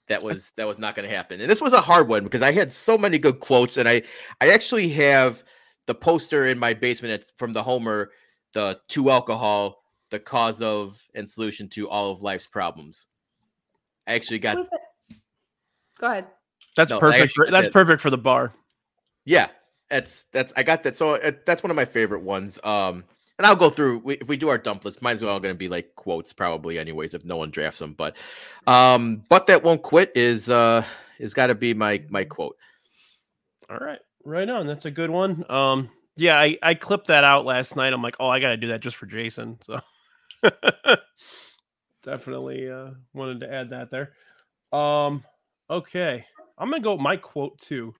that was that was not gonna happen. And this was a hard one because I had so many good quotes, and I I actually have the poster in my basement that's from the Homer, the to alcohol, the cause of and solution to all of life's problems. I actually got
What if it- Go ahead.
That's
No, I
perfect.
actually
For, that's
did.
perfect for the bar.
Yeah, that's that's I got that. So uh, that's one of my favorite ones. Um, and I'll go through we- if we do our dump list. Mine's all going to be like quotes, probably, anyways, if no one drafts them. But, um, but that won't quit is uh is got to be my my quote.
All right, right on. That's a good one. Um, yeah, I I clipped that out last night. I'm like, oh, I got to do that just for Jason. So definitely uh, wanted to add that there. Um, okay, I'm gonna go with my quote too.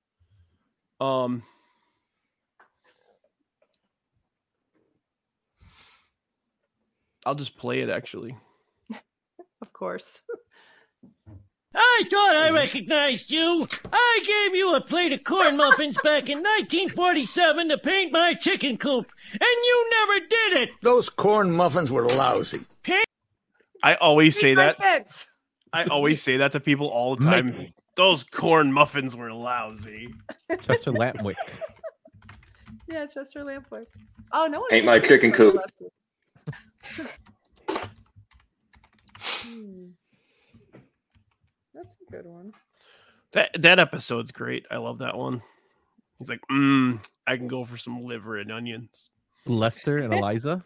Um. I'll just play it actually.
Of course.
I thought I recognized you. I gave you a plate of corn muffins back in 1947 to paint my chicken coop, and you never did it.
Those corn muffins were lousy.
I always say that.
Thanks.
I always say that to people all the time. Those corn muffins were lousy.
Chester Lampwick.
Yeah, Chester Lampwick. Oh no one.
Ain't my chicken coop.
Hmm. That's a good one.
That that episode's great. I love that one. He's like, mm, I can go for some liver and onions.
Lester and Eliza.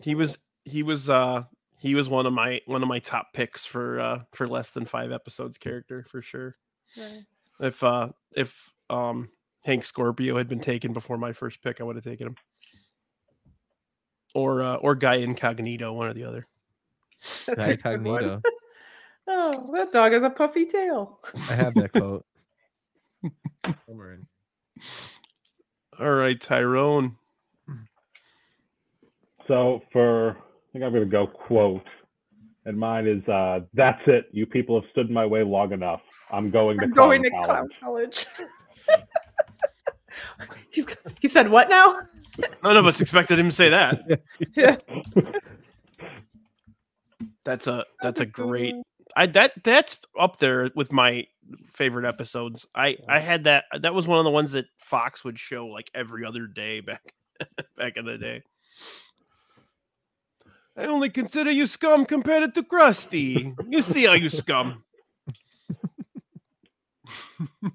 He was he was uh he was one of my one of my top picks for uh for less than five episodes character for sure.
Nice.
If uh if um Hank Scorpio had been taken before my first pick, I would have taken him. or uh, or Guy Incognito, one or the other.
Guy Incognito.
Oh, that dog has a puffy tail.
I have that coat.
All right, Tyrone.
So for I think I'm gonna go quote, and mine is uh, "That's it. You people have stood in my way long enough. I'm going to
I'm going to
Clown
clown
college."
college. He's, he said what now?
None of us expected him to say that.
Yeah.
That's a that's a great. I that that's up there with my favorite episodes. I I had that that was one of the ones that Fox would show like every other day back back in the day. I only consider you scum compared to Krusty. You see how you scum.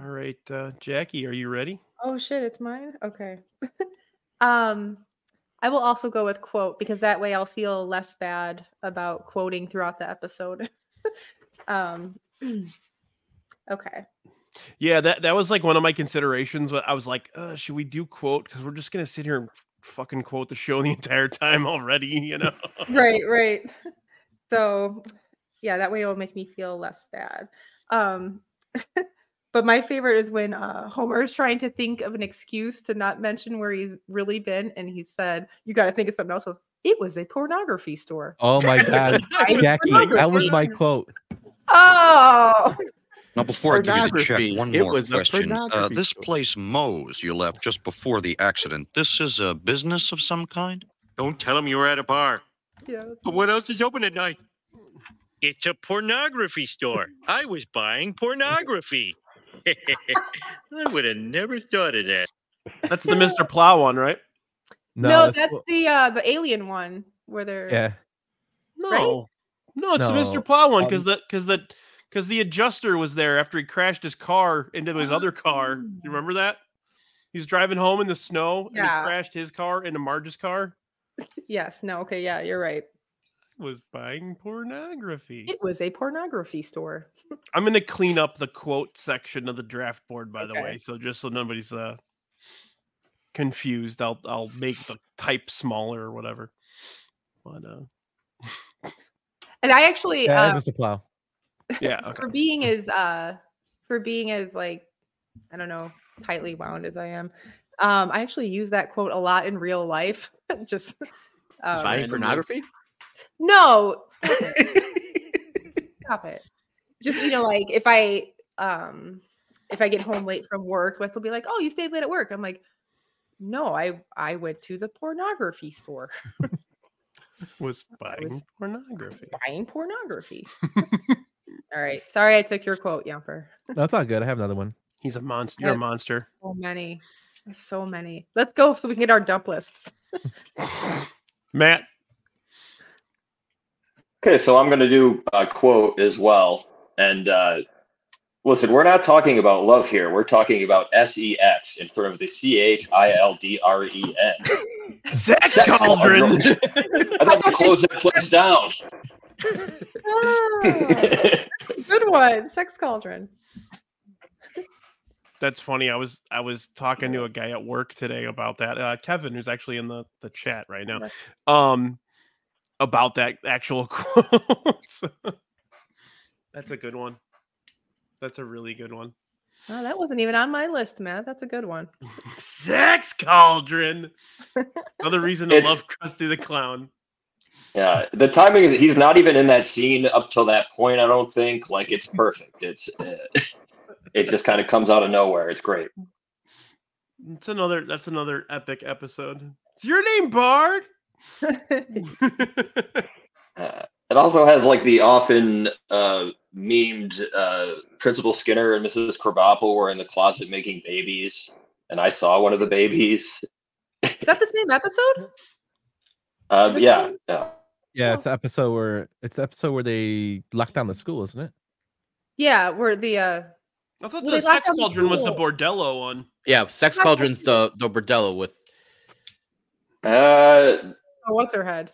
All right, uh, Jackie, are you ready?
Oh shit, it's mine. Okay. um I will also go with quote because that way I'll feel less bad about quoting throughout the episode. um okay.
Yeah, that that was like one of my considerations. But I was like, uh, should we do quote? Because we're just gonna sit here and fucking quote the show the entire time already, you know?
Right, right. So yeah, that way it'll make me feel less bad. Um but my favorite is when uh Homer is trying to think of an excuse to not mention where he's really been and he said, You gotta think of something else. He goes, It was a pornography store.
Oh my god,
I was
Jackie, that was my quote.
Oh,
Now, before I give you the
Pornography.
check, one
It
more
was a
question. Uh,
pornography
this place Moe's you left just before the accident. This is a business of some kind.
Don't tell him you were at a bar.
Yeah.
But what else is open at night? It's a pornography store. I was buying pornography. I would have never thought of that.
That's the Mr. Plow one, right?
No, that's, the uh the alien one where they're
yeah.
No,
Right?
no, it's the
No,
Mr. Plow one because
um,
the because the because the adjuster was there after he crashed his car into his other car. You remember that? He's driving home in the snow and
Oh. Yeah.
he crashed his car into Marge's car.
Yes. No. Okay. Yeah, you're right.
Was buying pornography.
It was a pornography store.
I'm going to clean up the quote section of the draft board, by the way.
Okay.
So just so nobody's uh, confused, I'll I'll make the type smaller or whatever. But uh,
And I actually,
Yeah,
uh,
that's Mr. Plow.
yeah,
for being as uh, for being as like, I don't know, tightly wound as I am, um, I actually use that quote a lot in real life. Just um,
Buying pornography?
No. Stop it. Stop it. Just you know, like if I um if I get home late from work, Wes will be like, "Oh, you stayed late at work." I'm like, "No, I I went to the pornography store
was buying pornography.
buying pornography." All right, sorry I took your quote, Yumper.
That's all good. I have another one.
He's a monster. You're a
Yeah.
monster.
So many, I have so many. Let's go so we can get our dump lists.
Matt.
Okay, so I'm going to do a quote as well. And uh, listen, we're not talking about love here. We're talking about S E X in front of the C H I L D R E N.
Sex
cauldron. I thought to close that place down.
Ah, good one, sex cauldron.
That's funny. I was I was talking to a guy at work today about that. Uh, Kevin, who's actually in the the chat right now, um, about that actual quote. So, that's a good one. That's a really good one.
Oh, that wasn't even on my list, Matt. That's a good one.
Sex cauldron. Another reason to
It's-
love Krusty the Clown.
Yeah, the timing, of- he's not even in that scene up till that point, I don't think. Like, it's perfect. It's uh, It just kind of comes out of nowhere. It's great.
It's another. That's another epic episode. It's your name, Bard.
Uh, it also has like the often uh, memed uh, Principal Skinner and Mrs. Krabappel were in the closet making babies, and I saw one of the babies.
Is that the same episode?
Um, yeah, yeah,
Yeah, it's the episode where it's the episode where they lock down the school, isn't it?
Yeah, where the uh
I thought
well,
the
they locked down
sex cauldron was the
school.
bordello one.
Yeah, Sex Cauldron's the the bordello with.
Uh,
Uh,
Oh, what's her head?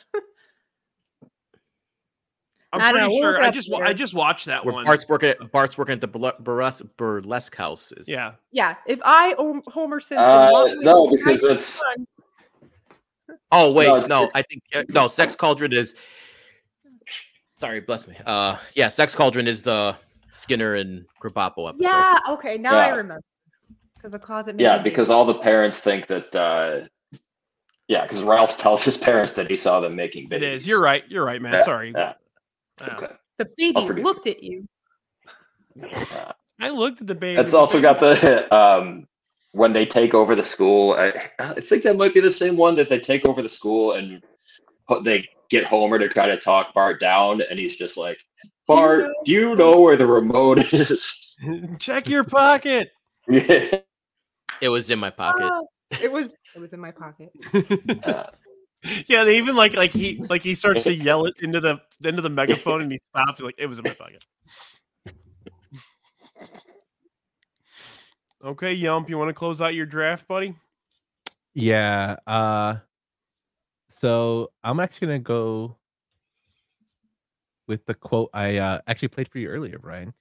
I'm
I don't
pretty
know, we'll
sure.
look it
I
up
just
later.
I just watched that
Where
one.
Bart's working at Bart's working at the burle- burlesque, burlesque houses.
Yeah.
Yeah, if I own Homer Simpson,
Uh,
walked away
no,
from
because
my
that's-
son-
Oh wait,
No,
no,
it's-
I think uh, no. Sex Cauldron is. Sorry, bless me. Uh, yeah, Sex Cauldron is the Skinner and Krabappel episode.
yeah, okay, now I
Yeah.
remember because the closet. made
Yeah,
me-
because all the parents think that. Uh, yeah, because Ralph tells his parents that he saw them making
It
babies.
is. You're right. You're right, man.
Yeah,
Sorry.
yeah.
Okay.
the
I'll
baby
forgive
looked at you.
I looked at the baby.
It's also got the um, when they take over the school. I, I think that might be the same one that they take over the school and put, they get Homer to try to talk Bart down, and he's just like, "Bart, do you know where the remote is?"
Check your pocket.
Yeah.
It was in my pocket.
Ah, it was it was in my pocket.
Yeah, they even like like he like he starts to yell it into the into the megaphone and he stops like it was in my pocket. Okay, Yump, you want to close out your draft, buddy?
Yeah. Uh so I'm actually gonna go with the quote I uh, actually played for you earlier, Brian,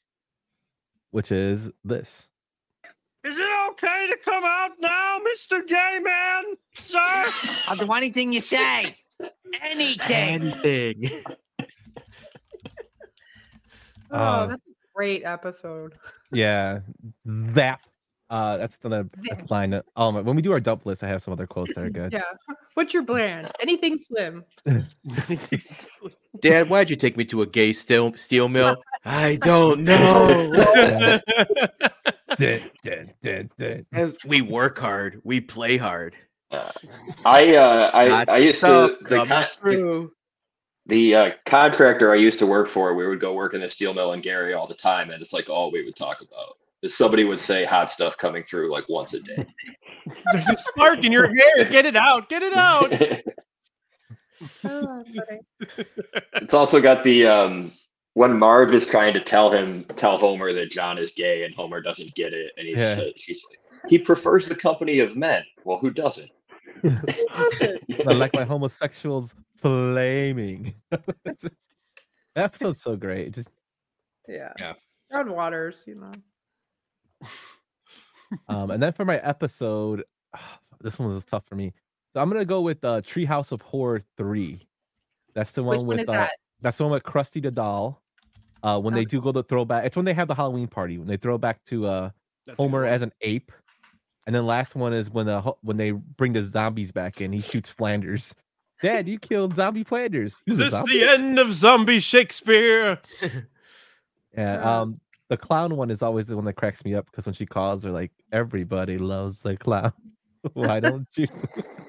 which is this.
Is it okay to come out now, Mr. Gay Man, sir? I'll do anything you say.
Anything.
Anything.
Oh,
Uh,
Um,
that's a great episode.
Yeah, that. Uh, that's the
That.
that's line. that- Oh my! When we do our dump list, I have some other quotes that are good.
Yeah, what's your plan? Anything slim?
Dad, why'd you take me to a gay steel steel mill? I don't know.
Dun, dun, dun, dun.
As we work hard, we play hard.
I uh, I,
Not
I used to
tough,
the,
come
con- the, the, uh, contractor I used to work for. We would go work in the steel mill in Gary all the time, and it's like all we would talk about. is Somebody would say hot stuff coming through like once a day.
There's a spark in your hair. Get it out. Get it out.
Oh, that's funny.
It's also got the um, when Marv is trying to tell him tell Homer that John is gay, and Homer doesn't get it, and he's
Yeah.
uh, she's like, he prefers the company of men. Well, who doesn't?
I like my homosexuals flaming. that episode's so great. Just,
yeah.
yeah.
Brown waters, you know.
um, and then for my episode, this one was tough for me. So I'm gonna go with uh, Treehouse of Horror three. That's the one
Which one
with
is
uh,
that?
that's the one with Krusty the Doll. Uh, when they do go to throwback, it's when they have the Halloween party when they throw back to uh,
That's a good
Homer as an ape. And then last one is when the ho- when they bring the zombies back in, he shoots Flanders. Dad, you killed zombie Flanders. He
Is
was a
this
zombie?
the end of Zombie Shakespeare?
Yeah. Um, the clown one is always the one that cracks me up because when she calls, they're like, "Everybody loves the clown. Why don't you?"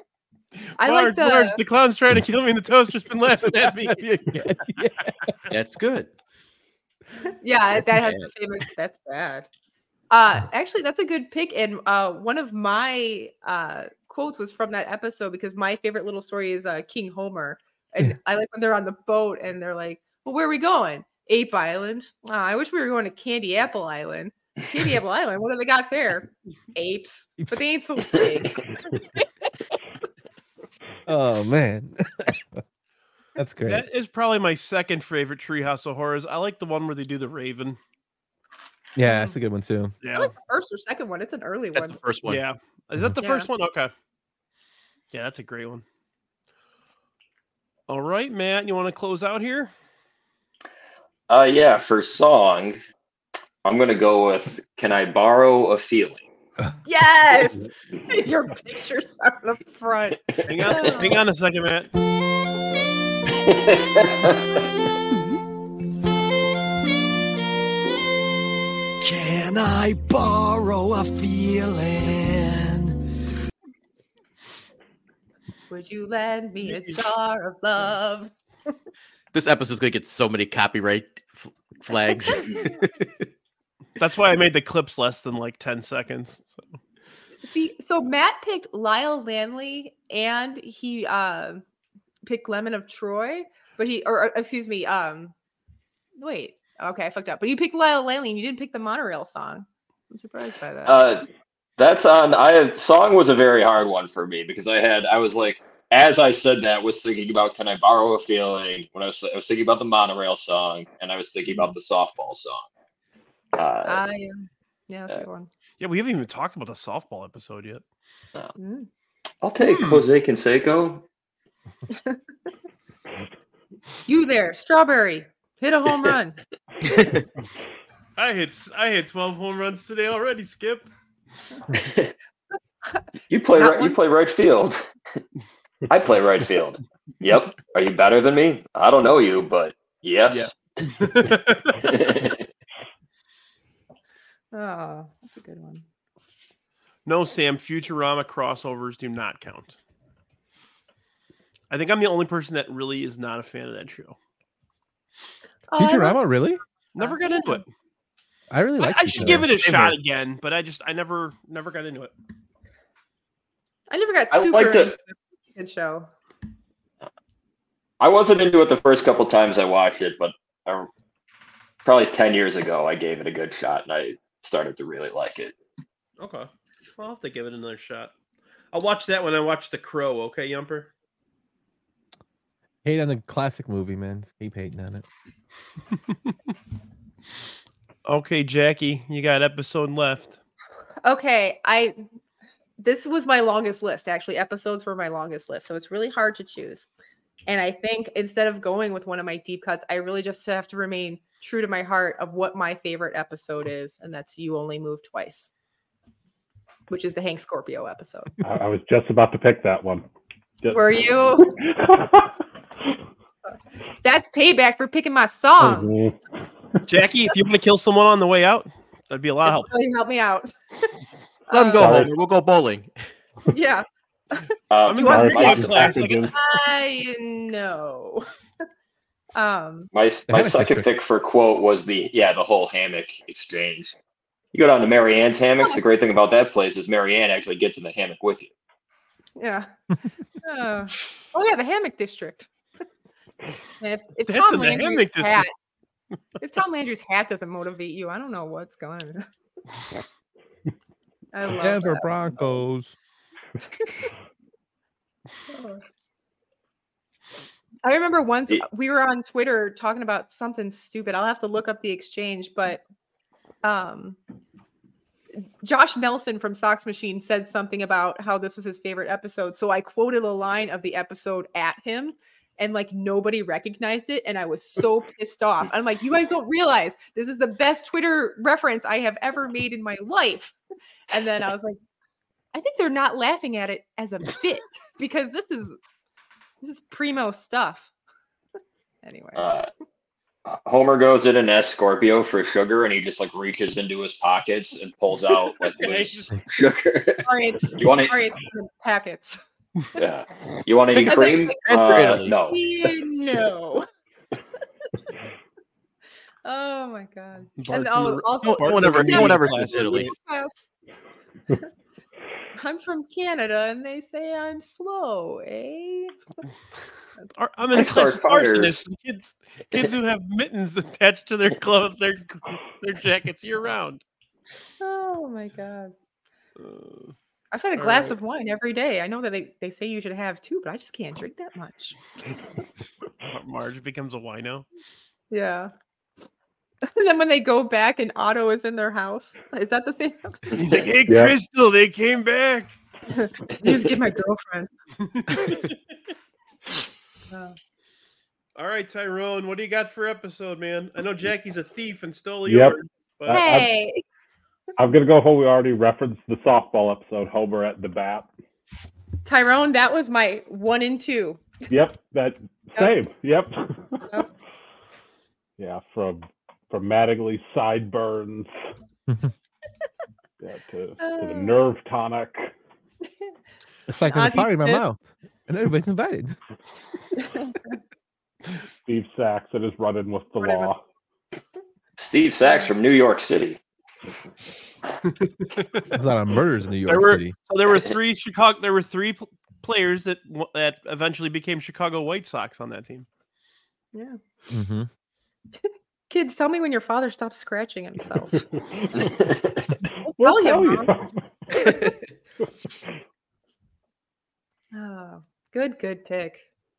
I
Marge,
like the.
Marge, the clown's trying to kill me, and the toaster's been laughing at me.
That's good.
yeah, that has the famous. That's bad. Uh, actually, that's a good pick. And uh, one of my uh quotes was from that episode because my favorite little story is uh King Homer, and I like when they're on the boat and they're like, "Well, where are we going? Ape Island? Oh, I wish we were going to Candy Apple Island. Candy Apple Island. What do they got there? Apes, but they ain't so big."
oh man, that's great.
That is probably my second favorite Treehouse of Horrors. I like the one where they do the Raven.
yeah, that's a good one
I
too.
um, Yeah,
like the first or second one. It's an early one.
Yeah, is that the
Yeah.
first one? Okay. Yeah, that's a great one. All right, Matt, you want to close out here?
Uh, yeah, for song, I'm gonna go with "Can I Borrow a Feeling."
Yes, your pictures on the front.
Hang on, hang on a second, Matt.
Can I borrow a feeling?
Would you lend me a jar of love?
This episode's gonna get so many copyright f- flags.
That's why I made the clips less than like ten seconds.
See, so Matt picked Lyle Lanley and he um picked Lemon of Troy, but he or, or, excuse me, um wait. Okay, I fucked up. But you picked Lyle Lanley and you didn't pick the monorail song. I'm surprised by that.
Uh, that's on. I song was a very hard one for me because I had I was like as I said that, was thinking about can I borrow a feeling? When I was, I was thinking about the monorail song, and I was thinking about the softball song. Uh,
Ah, yeah. Yeah, that's a good one.
Yeah, we haven't even talked about the softball episode yet.
Mm.
I'll take Jose Canseco.
You there, Strawberry. Hit a home run.
I hit s- I hit 12 home runs today already, Skip.
You play right. You play right field. I play right field. Yep. Are you better than me? I don't know you, but yes.
Oh, that's a good one.
No, Sam, Futurama crossovers do not count. I think I'm the only person that really is not a fan of that show.
Oh, I love-
Futurama, really?
Never got into it.
I really
I,
like.
I should give it a shot again, but I just I never never got into it.
I never got
I
super
liked it.
into a Good show.
I wasn't into it the first couple times I watched it, but I, probably ten years ago, I gave it a good shot, and I started to really like it.
Okay. I'll have to give it another shot. I'll watch that when I watch The Crow, okay, Yumper?
Hate on a classic movie, man. Just Keep hating on it.
Okay, Jackie, you got an episode left.
Okay, I this was my longest list actually. Episodes were my longest list, so it's really hard to choose. And I think instead of going with one of my deep cuts, I really just have to remain true to my heart of what my favorite episode is, and that's "You Only Move Twice," which is the Hank Scorpio episode.
I, I was just about to pick that one. Just-
Were you? that's payback for picking my song.
Jackie, if you want to kill someone on the way out, that'd be a lot of help.
Really help me out.
Let him go
Uh,
home. We'll go bowling.
Yeah.
Uh,
I'm
in my-
my,
my- class, I
my,
I know. um,
my,
hammock
second
district.
pick for quote was the yeah the whole hammock exchange. You go down to Mary Ann's hammocks. The great thing about that place is Mary Ann actually gets in the hammock with you.
yeah. Uh, oh yeah, the hammock district. And if, if
That's in
Tom
the
Landry's
hammock district.
hat, if Tom Landry's hat doesn't motivate you, I don't know what's going. on. I love
Denver
that.
Broncos.
Oh. I remember once we were on Twitter talking about something stupid. I'll have to look up the exchange, but um Josh Nelson from Sox Machine said something about how this was his favorite episode. So I quoted a line of the episode at him and like nobody recognized it and I was so pissed off. I'm like, you guys don't realize this is the best Twitter reference I have ever made in my life. And then I was like, I think they're not laughing at it as a bit because this is this is primo stuff. anyway.
Uh, Homer goes in and asks Scorpio for sugar, and he just like reaches into his pockets and pulls out like loose sugar.
Sorry,
You want it-
sorry, it's in the packets.
yeah. You want any
I was
cream?
like,
Uh, no.
Yeah, no. oh my god.
Bart's in
and al-
the-
also,
no- no one ever- no one ever says
I'm
Italy.
Europe. I'm from Canada and they say I'm slow, eh?
Ar- I'm in a
I
class
start
with
fires.
arsonists. and Kids, kids who have mittens attached to their gloves, their their jackets year round.
Oh my god.
Uh,
I've had a
all
glass
right.
of wine every day. I know that they, they say you should have two, but I just can't drink that much.
Mar- Marge becomes a wino.
Yeah. and then when they go back and Otto is in their house, is that the thing?
He's like, "Hey,
Yeah.
Crystal, they came back."
You just get my girlfriend. Oh.
All right, Tyrone, what do you got for episode, man? I know Jackie's a thief and stole
Yep.
yours.
I- I've- I'm gonna go home. We already referenced the softball episode, Homer at the bat.
Tyrone, that was my one and two.
Yep, that same. Yep.
Yep.
yeah, from from Mattingly sideburns yeah, to, to
Uh.
the nerve tonic.
It's like there's a
Obvious
fire in my
tip.
mouth, and everybody's invited.
Steve Sachs and his run-in with the law.
Steve Sachs from New York City.
There's a lot of murders in New York
There were
City.
so there were three Chicago. There were three pl- players that w- that eventually became Chicago White Sox on that team.
Yeah.
Mm-hmm.
Kids, tell me when your father stops scratching himself. I'll
We'll
tell you,
tell
Mom. Oh. Good, good pick.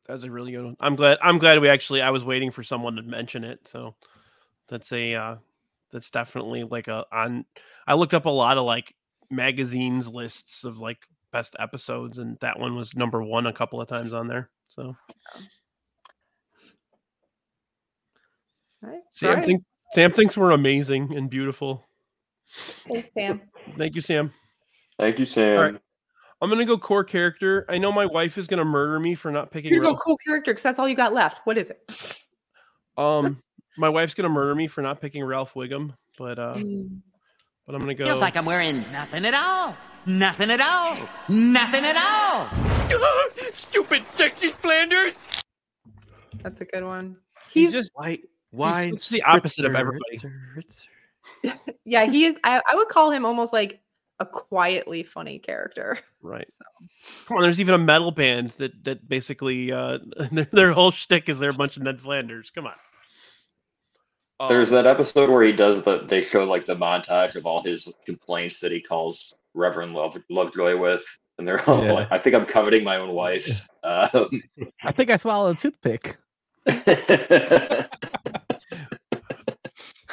That's a really good one. I'm glad. I'm glad we actually. I was waiting for someone to mention it. So that's a. Uh, that's definitely like a on. I looked up a lot of like magazines lists of like best episodes, and that one was number one a couple of times on there. So
All right.
Sam
All right.
thinks Sam thinks we're amazing and beautiful.
Thanks, Sam.
Thank you, Sam.
Thank you, Sam.
All right. I'm gonna go core character. I know my wife is gonna murder me for not picking.
Here you go,
Rebel-
cool character, because that's all you got left. What is it?
Um, my wife's gonna murder me for not picking Ralph Wiggum, but uh,
Mm.
but I'm gonna go.
Mm. Feels like I'm wearing nothing at all. Nothing at all. Nothing at all.
Stupid sexy Flanders!
That's a good one.
He's, just
why
why the opposite of everybody.
Yeah, he is. I, I would call him almost like a quietly funny character.
Right. Come on, there's even a metal band that that basically uh their, their whole shtick is they're a bunch of Ned Flanders. Come on.
There's that episode where he does the. They show like the montage of all his complaints that he calls Reverend Love, Lovejoy with, and they're all
Yeah.
like, "I think I'm coveting my own wife." Um,
I think I swallowed a toothpick.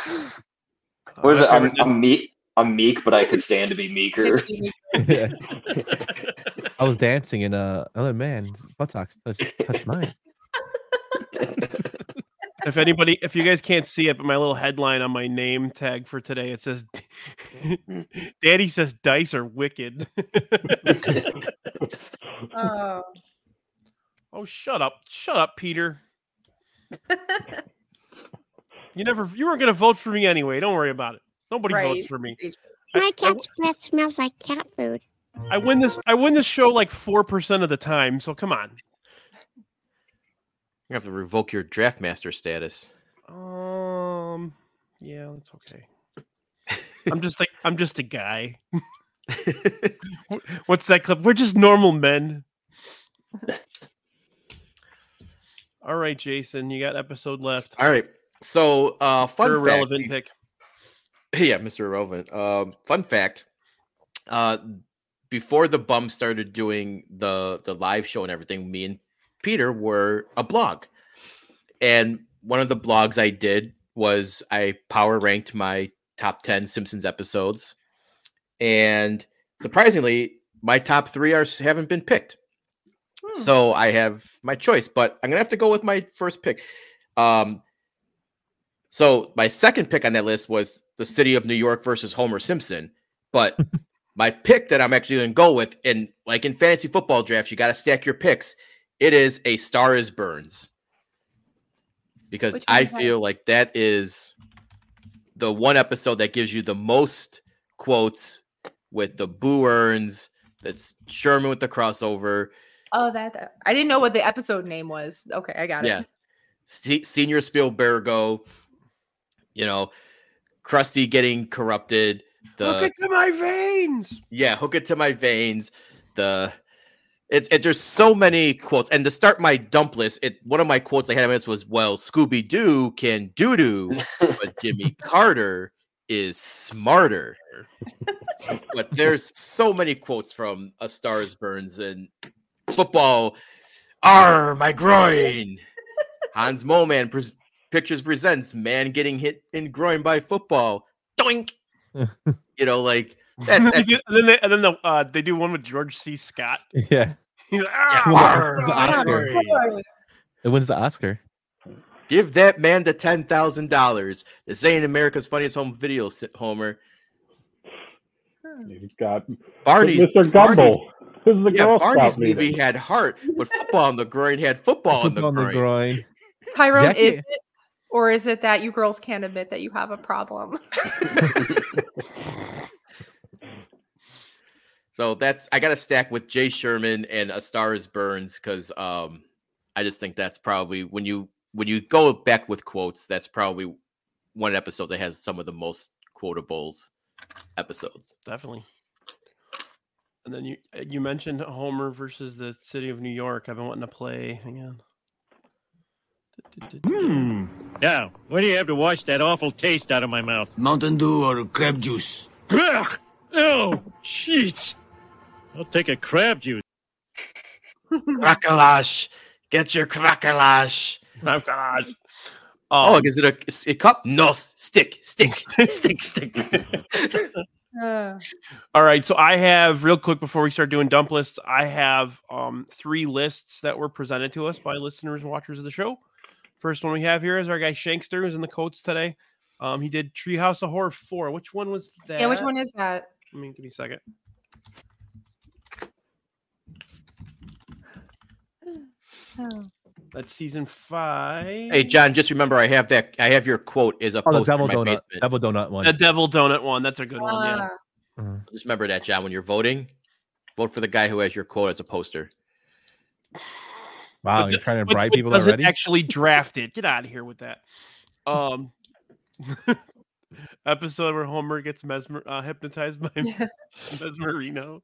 what is
my
it? I'm,
favorite-
I'm meek. I'm meek, but I could stand to be meeker.
Yeah. I was dancing and uh, other man's buttocks touched, touched mine.
If anybody, if you guys can't see it, but my little headline on my name tag for today it says, "Daddy says dice are wicked."
Oh.
Oh, shut up. Shut up, Peter. you never you weren't gonna vote for me anyway. Don't worry about it. Nobody votes
Right.
for me.
My cat's breath smells like cat food.
I win this I win this show like four percent of the time, so come on.
gonna have to revoke your draft master status.
Um yeah, that's okay. I'm just like I'm just a guy. What's that clip? We're just normal men. All right, Jason, you got episode left.
All right. So uh fun
Your
fact-
irrelevant pick.
yeah, Mr. Irrelevant. Um, fun fact: uh, before the bum started doing the the live show and everything, me and Peter were a blog, and one of the blogs I did was I power ranked my top ten Simpsons episodes, and surprisingly, my top three are haven't been picked.
Hmm.
Hmm.
So I have my choice, but I'm gonna have to go with my first pick. Um, so my second pick on that list was the city of New York versus Homer Simpson. But my pick that I'm actually going to go with, and like in fantasy football drafts, you got to stack your picks. It is a Star is Burns because
Which
I
one's that?
feel like that is the one episode that gives you the most quotes with the Boo Earns. That's Sherman with the crossover.
Oh, that, that- I didn't know what the episode name was. Okay, I got
Yeah.
it.
Se- senior Spielbergo, you know, Krusty getting corrupted. The,
Look into my veins.
yeah, hook it to my veins. The it, it there's so many quotes, and to start my dump list, it one of my quotes I had on this was, "Well, Scooby Doo can doo doo, but Jimmy Carter is smarter." but there's so many quotes from A Star Is Burns and football. Arr, my groin. Hans Moman pres pictures presents man getting hit in groin by football. Doink. you know, like that,
They
that's
do- and then they, and then the, uh, they do one with George C. Scott.
Yeah.
He's like, "Ah,
It's one of the-
arr,
it's an
arr,
Oscar.
arr."
It wins the Oscar.
Give that man the ten thousand dollars. This ain't America's funniest home video, Si- Homer.
You've got
Barney's
Mr. Gumble. This is the
yeah,
Girl Scout
Barney's
meeting.
movie had heart, but football on the groin had football on the groin.
Tyrone,
Jackie-
is it, or is it that you girls can't admit that you have a problem?
So that's I got to stack with Jay Sherman and A Star Is Burns because um, I just think that's probably when you when you go back with quotes, that's probably one of the episodes that has some of the most quotables episodes.
Definitely. And then you uh, you mentioned Homer versus the city of New York. I've been wanting to play. Hang on.
Hmm. Now, why do you have to wash that awful taste out of my mouth?
Mountain Dew or crab juice?
Ugh! Oh, jeez. I'll take a crab juice.
Crocolash. Get your crocolash.
Crocolash. Um,
oh, is it a, is it cup? No, s- stick, stick, stick, stick, stick.
All right, so I have real quick before we start doing dump lists, I have um three lists that were presented to us by listeners and watchers of the show. First one we have here is our guy Shankster who's in the coats today. Um, he did Treehouse of Horror four. Which one was that?
Yeah, which one is that?
I mean, give me a second.
Oh.
That's season five.
hey, John, just remember I have that. I have your quote is a
Oh, the
poster
devil
in my
donut,
basement.
devil donut one.
The Devil Donut one. Um, That's a good one. Yeah.
Just remember that, John. When you're voting, vote for the guy who has your quote as a poster.
Wow,
But
you're
d-
trying to
but-
bribe
but
people
doesn't
already.
Actually draft it. Get out of here with that. Um, episode where Homer gets mesmer uh, hypnotized by mesmerino.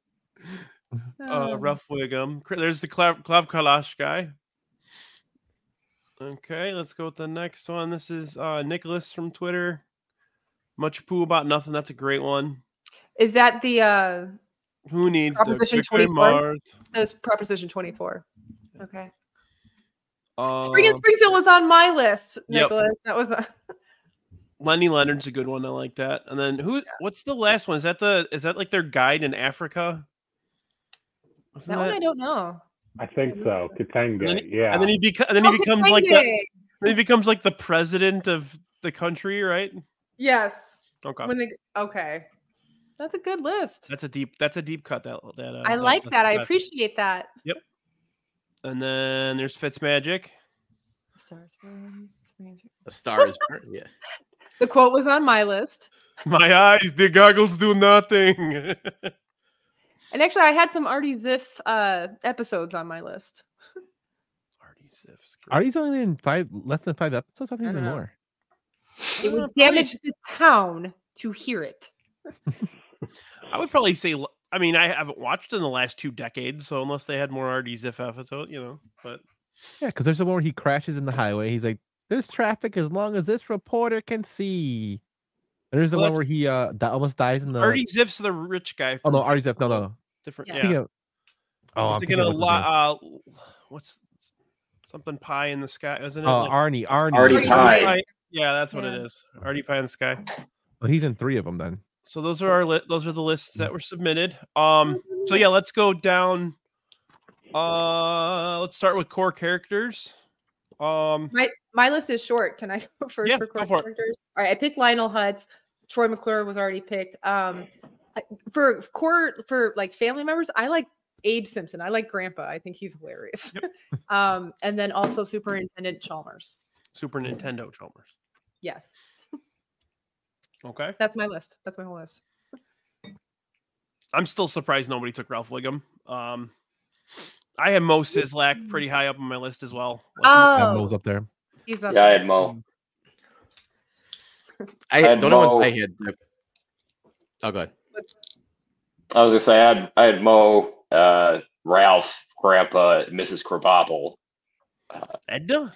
Uh,
Oh.
Ruff Wiggum. Cr- There's the Clav, Clav Kalash guy. Okay, let's go with the next one. This is uh, Nicholas from Twitter. Much poo about nothing. That's a great one.
Is that the uh
Who needs the
Proposition
Victor
24?
Mart?
That's Proposition 24. Okay. Spring in
Um,
Springfield was on my list,
Yep.
Nicholas. That was a,
Lenny Leonard's a good one. I like that. And then who? What's the last one? Is that the? Is that like their guide in Africa?
that,
Wasn't
one I don't know.
I think so. Katanga.
And then he-
yeah.
And then he becomes. And then
Oh,
he becomes like the.
Katanga.
Then he becomes like the president of the country, right?
Yes.
Okay.
When they, okay. That's a good list.
That's a deep. That's a deep cut. That. that uh,
I like that. I
cut.
appreciate that.
Yep. And then there's Fitzmagic.
A star is burnt. Yeah.
The quote was on my list.
My eyes, the goggles do nothing.
And actually, I had some Artie Ziff uh, episodes on my list.
Are these only in five less than five episodes? I think
I
there's
don't know.
more.
It
Oh,
would damage the town to hear it.
I would probably say. l- I mean, I haven't watched in the last two decades, so unless they had more RD Ziff episode, you know, but.
Yeah, because there's the one where he crashes in the highway. He's like, "There's traffic as long as this reporter can see." And there's the
Well,
one where he uh that almost dies in the.
Artie Ziff's the rich guy.
oh
From
no, Artie Ziff. No, no.
different.
I'm
Yeah.
thinking of-
I
oh, I'm
was thinking
thinking
a
of
lot. Uh, what's something pie in the sky? Isn't it?
Oh, Arnie, Arnie.
Artie
Artie Pie.
Yeah, that's what it
Yeah.
is. Artie pie in the sky.
Well, he's in three of them then.
So those are our li- those are the lists that were submitted. Um. So yeah, let's go down. Uh, let's start with core characters. Um.
My my list is short. Can I go first
Yeah,
for
go
core
for it.
characters? All right, I picked Lionel Hutz. Troy McClure was already picked. Um, I- for core for like family members, I like Abe Simpson. I like Grandpa. I think he's hilarious. um, and then also Superintendent Chalmers.
Super Nintendo Chalmers.
Yes,
Okay.
that's my list. That's my whole list.
I'm still surprised nobody took Ralph Wiggum. Um, I had Mo Sizlak pretty high up on my list as well.
Yeah,
Oh,
Mo's up there.
he's up.
Yeah, I
there.
had Mo.
I
had
don't know
Mo.
what I had. Oh, God.
I was gonna say I had I had Mo, uh, Ralph, Grandpa, Mrs. Krabappel. Uh,
Edna.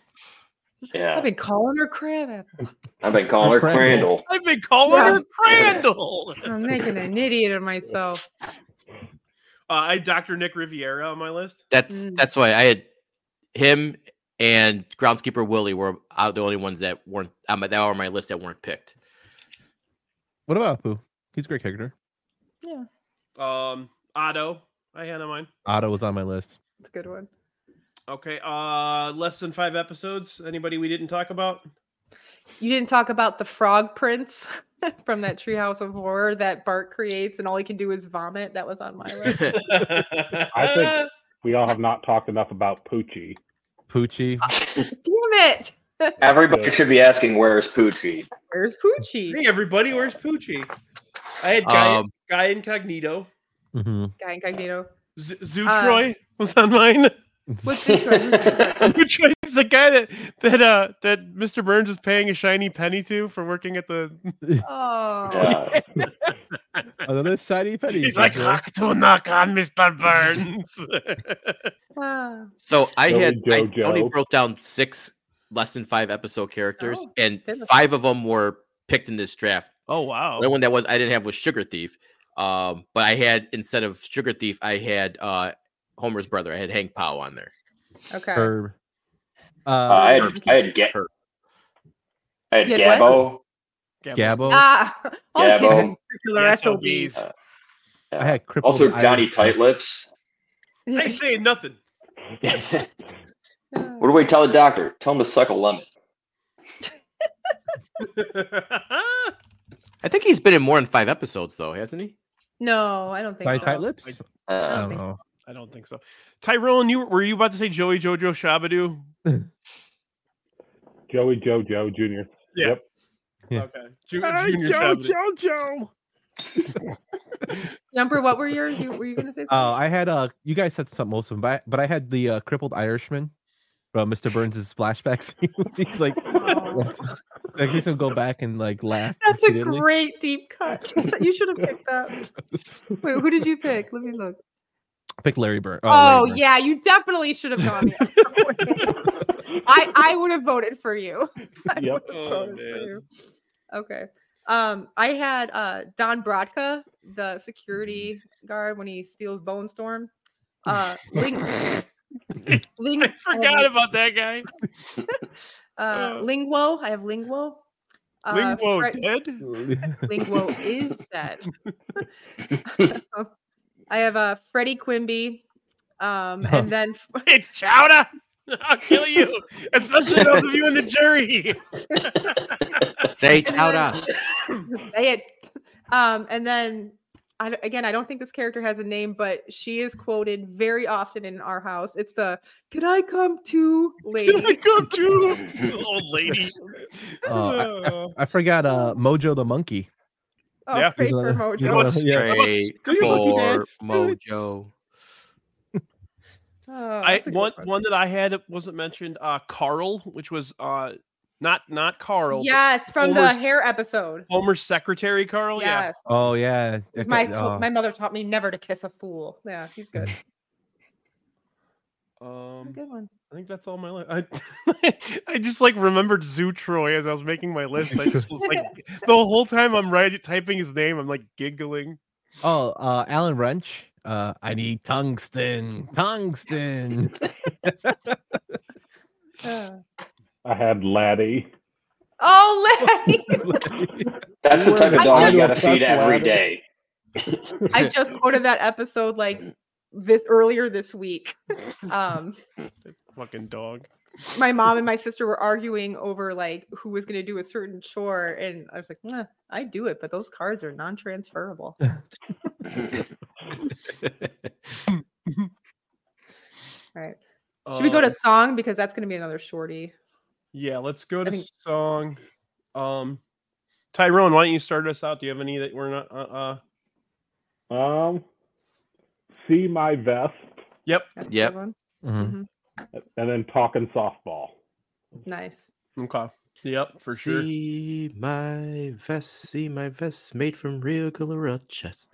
Yeah,
I've been calling her crab apple.
I've been calling her Crandall.
I've been calling her Crandall.
I'm making an idiot of myself.
Uh, I had Dr. Nick Riviera on my list.
That's
Mm.
that's why I had him and groundskeeper Willie were out the only ones that weren't um, that were on my list that weren't picked.
What about Apu? He's a great character.
Yeah.
Um, Otto, I had on mine.
Otto was on my list.
That's a good one.
Okay. Uh, less than five episodes. Anybody we didn't talk about?
You didn't talk about the frog prince from that treehouse of horror that Bart creates, and all he can do is vomit. That was on my list.
I think we all have not talked enough about Poochie.
Poochie.
Damn it.
Everybody should be asking where's Poochie.
Where's Poochie?
Hey, everybody, where's Poochie? I had Guy,
Um,
Guy Incognito.
Guy Incognito.
Z- Zoo
Uh,
Troy was on mine.
What's Zoo
Troy is the guy that that uh that Mr. Burns is paying a shiny penny to for working at the.
Oh.
Another shiny penny.
He's like,
Joshua.
"Hack to knock on Mr. Burns.
Ah.
So I
Billy
had I
Jojo.
only broke down six less than five episode characters,
Oh,
and
goodness.
five of them were picked in this draft.
oh wow.
The one that was I didn't have was Sugar Thief, um, but I had instead of Sugar Thief, I had uh, Homer's brother. I had Hank Powell on there.
Okay.
Herb. Uh,
Uh, I had I had Ga- I had
You had
Gabbo.
Gabbo.
Ah, all
Gabbo.
kids have particular
Yes,
SOBs.
Uh,
I had crippled
also Johnny
Irish-
Tight Lips.
I ain't saying nothing.
What do we tell the doctor? Tell him to suck a lemon.
I think he's been in more than five episodes though, hasn't he?
No, I don't think so. Uh,
I,
I
don't think so. I don't think so. Tyrone, you were you about to say Joey Jojo Shabadoo?
Joey Jojo Jr.
Yeah.
Yep.
Okay. Ju-
Hi,
Junior
Joe,
Shabadoo.
Jojo. Number, what were yours? You, were you going to say?
Oh, I had uh, you guys said something most of them, but I, but I had the uh, crippled Irishman from Mr. Burns' flashback scene. He's like, like he's gonna go back and like laugh.
That's a
repeatedly.
great deep cut. You should have picked that. Wait, who did you pick? Let me look.
Pick Larry Bird.
Oh,
Larry Bird.
yeah, you definitely should have gone. The other way. I I would have voted for you. I
Yep.
would have voted for you. Okay. Um, I had uh Don Brodka, the security guard, when he steals Bone Storm. Uh, Ling, Ling, I
Forgot about that guy.
uh, Lingwo. I have Lingwo. Uh,
Lingwo
Fred-
dead.
Lingwo is dead. I have uh, Freddie Quimby, um, and then
it's Chowder. I'll kill you, especially those of you in the jury.
Say
And then-
chowder.
Say it. Um, and then I, don't- again, I don't think this character has a name, but she is quoted very often in our house. It's the "Can I come too, lady?" Can I
come too, old lady?
Oh, I- I, f- I forgot uh, Mojo the monkey.
Oh, Yeah. pray
He's
for
another- he's
Mojo.
another-
Let's
yeah.
Pray
Good monkey
for
dance, dude.
Mojo.
Oh,
Oh,
I one one that I had wasn't mentioned. Uh, Carl, which was uh, not not Carl. but
yes, from
Homer's-
the hair episode.
Homer's secretary, Carl. Yeah. uh,
Yes,
Oh yeah,
It's
that
my
guy-
t-
oh.
my mother taught me never to kiss a fool. Yeah, he's good.
Um,
good one.
I think that's all my life. I, I just like remembered Zoo Troy as I was making my list. I just was like the whole time I'm writing typing his name, I'm like giggling.
Oh, uh, Alan Wrench. Uh, I need tungsten, tungsten.
I had Laddie.
Oh, Larry!
That's the type of
I
dog you
just-
got to feed every day.
I just quoted that episode like this earlier this week. Um,
Fucking dog.
my mom and my sister were arguing over like who was going to do a certain chore, and I was like, nah, "I do it, but those cards are non-transferable." right? Should we go to
Um,
song because that's going to be another shorty?
Yeah, let's go to
think-
song. Um, Tyrone, why don't you start us out? Do you have any that we're not? Uh, uh
Um, see my vest,
yep,
Yep.
Mm-hmm.
and then talking softball.
Mm-hmm. Nice.
Okay. Yep, for sure.
See my vest, see my vest made from real Galaracha.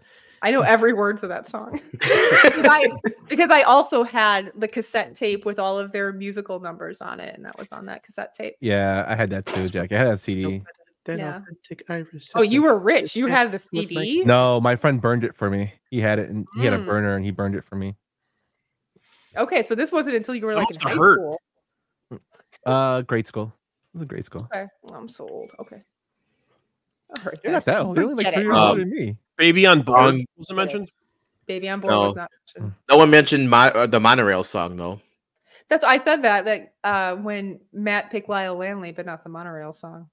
I know every word to that song because, I, because I also had the cassette tape with all of their musical numbers on it, and that was on that cassette tape.
yeah, I had that too, Jack. I had that CD.
yeah.
authentic iris.
Oh, you were rich. You had the CD.
No, my friend burned it for me. He had it, and he had a
Mm.
burner, and he burned it for me.
Okay, so this wasn't until you were
That
like in
must
high
have hurt.
school.
Uh, grade school. It was a grade school.
Okay, well, I'm so old. Okay. All right, then.
You're not that old. You're only like
Forget
three
it.
years older
Um,
than me.
Baby on board
Um,
wasn't mentioned.
Baby on board
No.
was not mentioned.
No one mentioned my uh, the monorail song though.
That's I said that that uh, when Matt picked Lyle Lanley, but not the monorail song.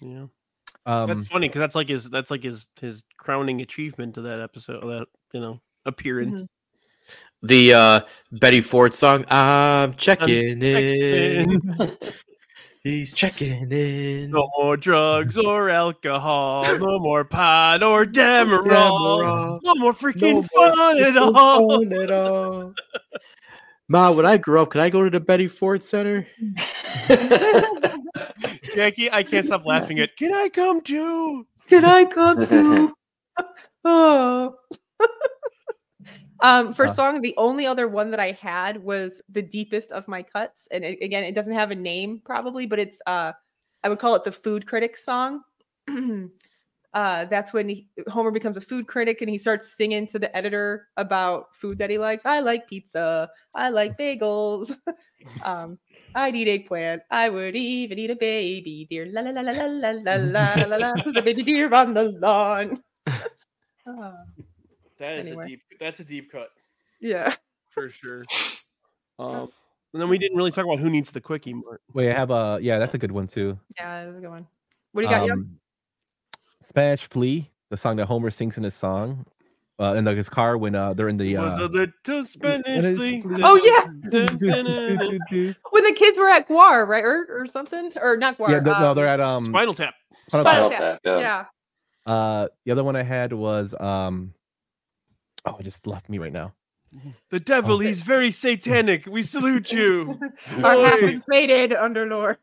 Yeah,
Um,
that's funny because that's like his that's like his his crowning achievement to that episode. That you know appearance.
Mm-hmm.
The uh Betty Ford song. I'm checking in. He's checking in.
No more drugs or alcohol. No more pot or Demerol.
Demerol.
No more freaking
more
fun at
freaking
all.
fun at all. Ma, when I grow up, could I go to the Betty Ford Center?
Jackie, I can't stop laughing at. Can I come too?
Can I come too? oh. um, for
Uh.
song, the only other one that I had was the deepest of my cuts, and it, again, it doesn't have a name probably, but it's uh, I would call it the food critic song. uh, that's when he, Homer becomes a food critic and he starts singing to the editor about food that he likes. I like pizza. I like bagels. um, I'd eat eggplant. I would even eat a baby deer. La la la la la la la la la la. Who's a baby deer on the lawn? Uh,
That is
Anyway.
a deep. That's a deep cut
yeah.
for sure. Um, and then we didn't really talk about who needs the quickie, Mart.
Wait, I have a yeah, that's a good one too.
Yeah, that's a good one. What do you got? Yum?
Um, Smash Flea, the song that Homer sings in his song, uh, in like his car when uh, they're in the
Was
uh,
a little Spanish leak.
Oh yeah,
yeah.
when the kids were at Guar, right, or, or something, or not Guar.
yeah, the- no,
um,
they're at um
Spinal Tap.
Spinal
Spinal Tap.
Tap.
yeah.
Uh, the other one I had was um, oh, it just left me right now. Oh.
The devil, he's very satanic. We salute you.
Our half
Oi.
inflated underlord.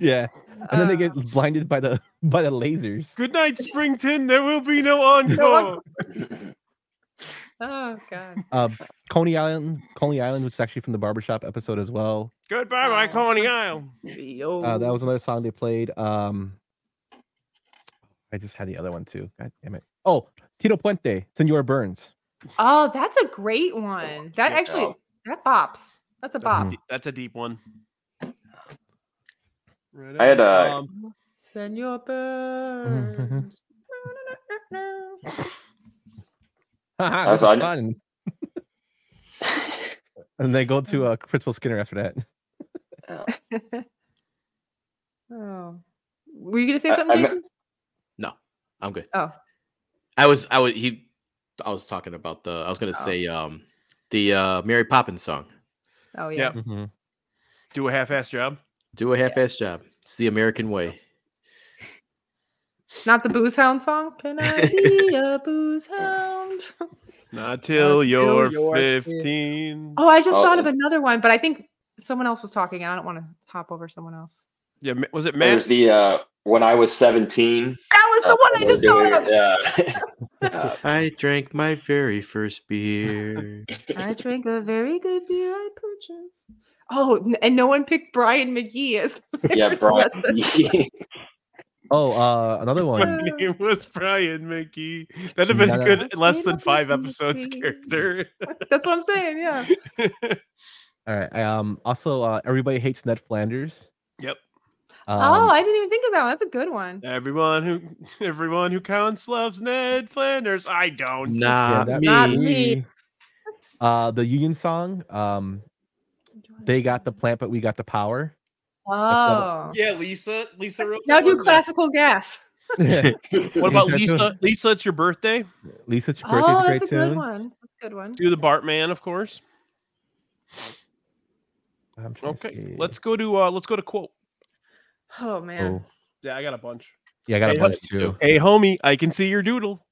Yeah, and then they
Uh.
get blinded by the by the lasers.
Good night, Springton. There will be no encore.
oh god.
Uh, Coney Island, Coney Island, which is actually from the barbershop episode as well.
Goodbye, my Coney Isle.
Oh, Yo.
Uh, that was another song they played. Um, I just had the other one too. God damn it! Oh, Tito Puente, Senor Burns.
Oh, that's a great one. That
yeah.
actually that bops. That's a bop.
That's a deep one. Right
I had
on.
a-
uh, Um, Senor
Mm-hmm.
Burns.
Haha,
Oh, I was
this is
on-
fun. and they go to uh, Principal Skinner after that.
oh. Were you gonna say
I-
something,
I me-
Jason?
No, I'm good.
Oh.
I was I was he I was talking about the I was gonna say um the uh Mary Poppins song.
Oh yeah.
Yep. Do a half-ass job.
Do a half ass job. It's the American way.
Not the booze hound song. Can I be a booze hound?
Not till you're,
you're 15.
15.
Oh, I just thought of another one, but I think someone else was talking. I don't want to hop over someone else.
Yeah, Ma- was it
It was
Matt?
the uh, when I was seventeen. Uh,
That was the one I just thought of.
I drank my very first beer.
I drank a very good beer I purchased. Oh, n- and no one picked Brian McGee as the
Yeah,
lyric
Brian
lesson.
McGee.
Oh, uh, another one.
My name was Brian McGee. That'd have been
Not a-
good less than five episodes character.
That's what I'm saying. Yeah.
All right. Um. Also, uh, everybody hates Ned Flanders.
Yep.
Um,
oh, I didn't even think of that one. That's a good one.
Everyone who everyone who counts loves Ned Flanders. I don't.
yeah,
Not
that-
me.
Uh, the Union song. Um, they got the plant, but we got the power.
Oh.
Yeah, Lisa. Lisa wrote
Now
that
do
one.
classical gas.
What about
Exactly.
Lisa? Lisa, it's your birthday.
Lisa, it's your birthday's
Oh,
a great
that's a
tune.
good one. That's a good one.
Do the Bartman, of course.
I'm trying to
Okay,
see.
let's go to uh let's go to quote.
Oh man.
Oh.
Yeah, I got a bunch.
Yeah, I got
Hey,
a bunch
homie.
too.
Hey, homie, I can see your doodle.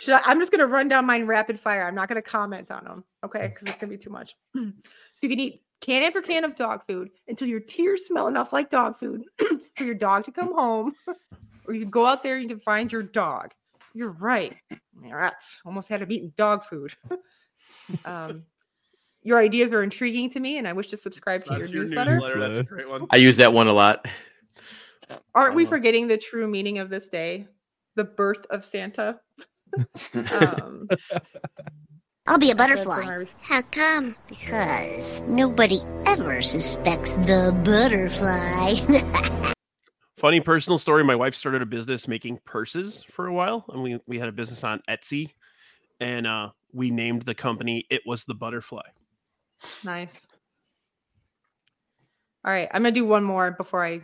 Should I, I'm just gonna run down mine rapid fire. I'm not gonna comment on them, okay? Because it's gonna be too much. so you can eat can after can of dog food until your tears smell enough like dog food for your dog to come home, or you can go out there and you can find your dog. You're right. My Rats almost had him eating dog food. um, your ideas are intriguing to me, and I wish to subscribe to your, newsletter.
That's a great one.
I use that one a lot.
Aren't we forgetting the true meaning of this day? The birth of Santa. um,
I'll be a
That's
butterfly. How come? Because nobody ever suspects the butterfly.
Funny personal story. My wife started a business making purses for a while, and we we had a business on Etsy, and uh, we named the company. It was the Butterfly.
Nice. All right, I'm gonna do one more before I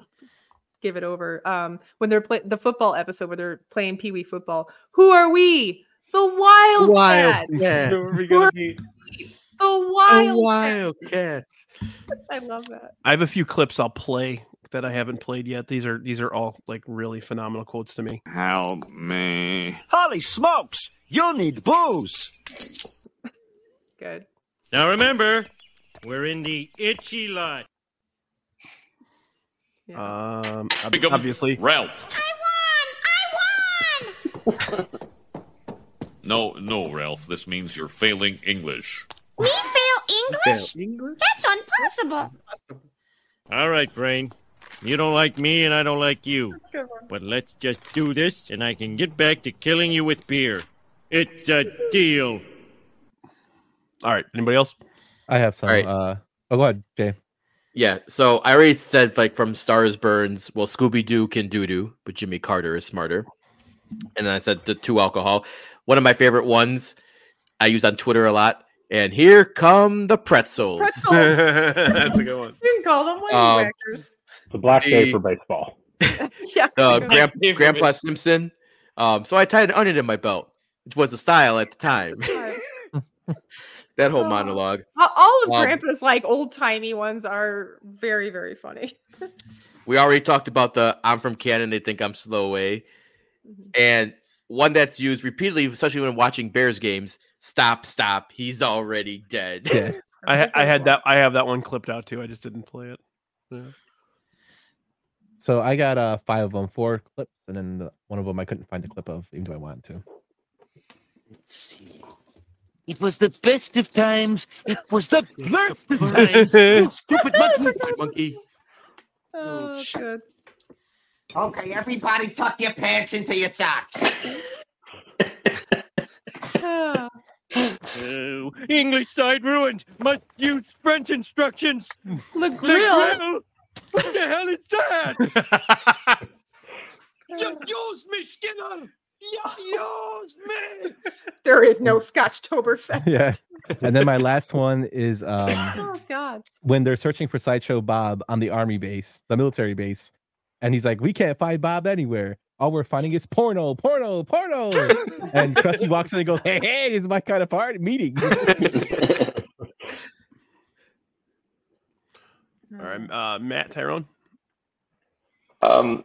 give it over. Um, when they're play the football episode where they're playing Pee Wee football, who are we? The Wildcats.
Wildcats. Who are we
gonna
Who are
be?
we? The Wildcats.
Wildcats.
I love that.
I have a few clips I'll play that I haven't played yet. These are these are all like really phenomenal quotes to me.
Help me.
Holy smokes! You need booze!
Good.
Now remember, we're in the itchy lot.
Um, ob-
Big 'em.
obviously,
Ralph.
I
No, no, Ralph. This means you're failing English.
won! Me fail English? That's impossible!
All right, brain.
You don't like me, and I don't like you. But let's just do this, and I can get back to killing you with beer. It's a deal.
All right. Anybody else?
I have some.
All right.
Uh, oh, go ahead, Jay.
Yeah, so I already said like from Stars Burns, well, Scooby Doo can doo doo, but Jimmy Carter is smarter. And then I said the two alcohol. One of my favorite ones I use on Twitter a lot. And here come the pretzels.
Pretzels. That's
a good one.
You can call them
Um,
whackers.
The black
day for
baseball.
yeah.
uh, Grand- Grandpa Simpson. Um, so I tied an onion in my belt, which was the style at the time. that whole monologue.
All- All of
Um,
Grandpa's like old timey ones are very very funny.
We already talked about the I'm from Canada, they think I'm slow way. And one that's used repeatedly, especially when watching Bears games, stop, stop, he's already dead.
I ha- I had that. I have that one clipped out too. I just didn't play it. Yeah.
So I got uh five of them, four clips, and then the- one of them I couldn't find the clip of, even though I wanted to.
Let's see. It was the best of times. It was the worst of times. You stupid monkey.
monkey.
Oh, that's good.
Okay, everybody tuck your pants into your socks.
Ah.
Oh, English side ruined. Must use French instructions.
The
grill. What the hell is that?
You use me, Skinner. You use me.
There is
Mm.
no Scotch Toberfest.
yeah. And then my last one is um
Oh God.
when they're searching for Sideshow Bob on the army base, the military base, and he's like, "We can't find Bob anywhere. All we're finding is porno, porno, porno." and Krusty walks in and goes, "Hey, hey, this is my kind of party meeting."
All
Mm-hmm.
right. Uh, Matt Tyrone.
Um,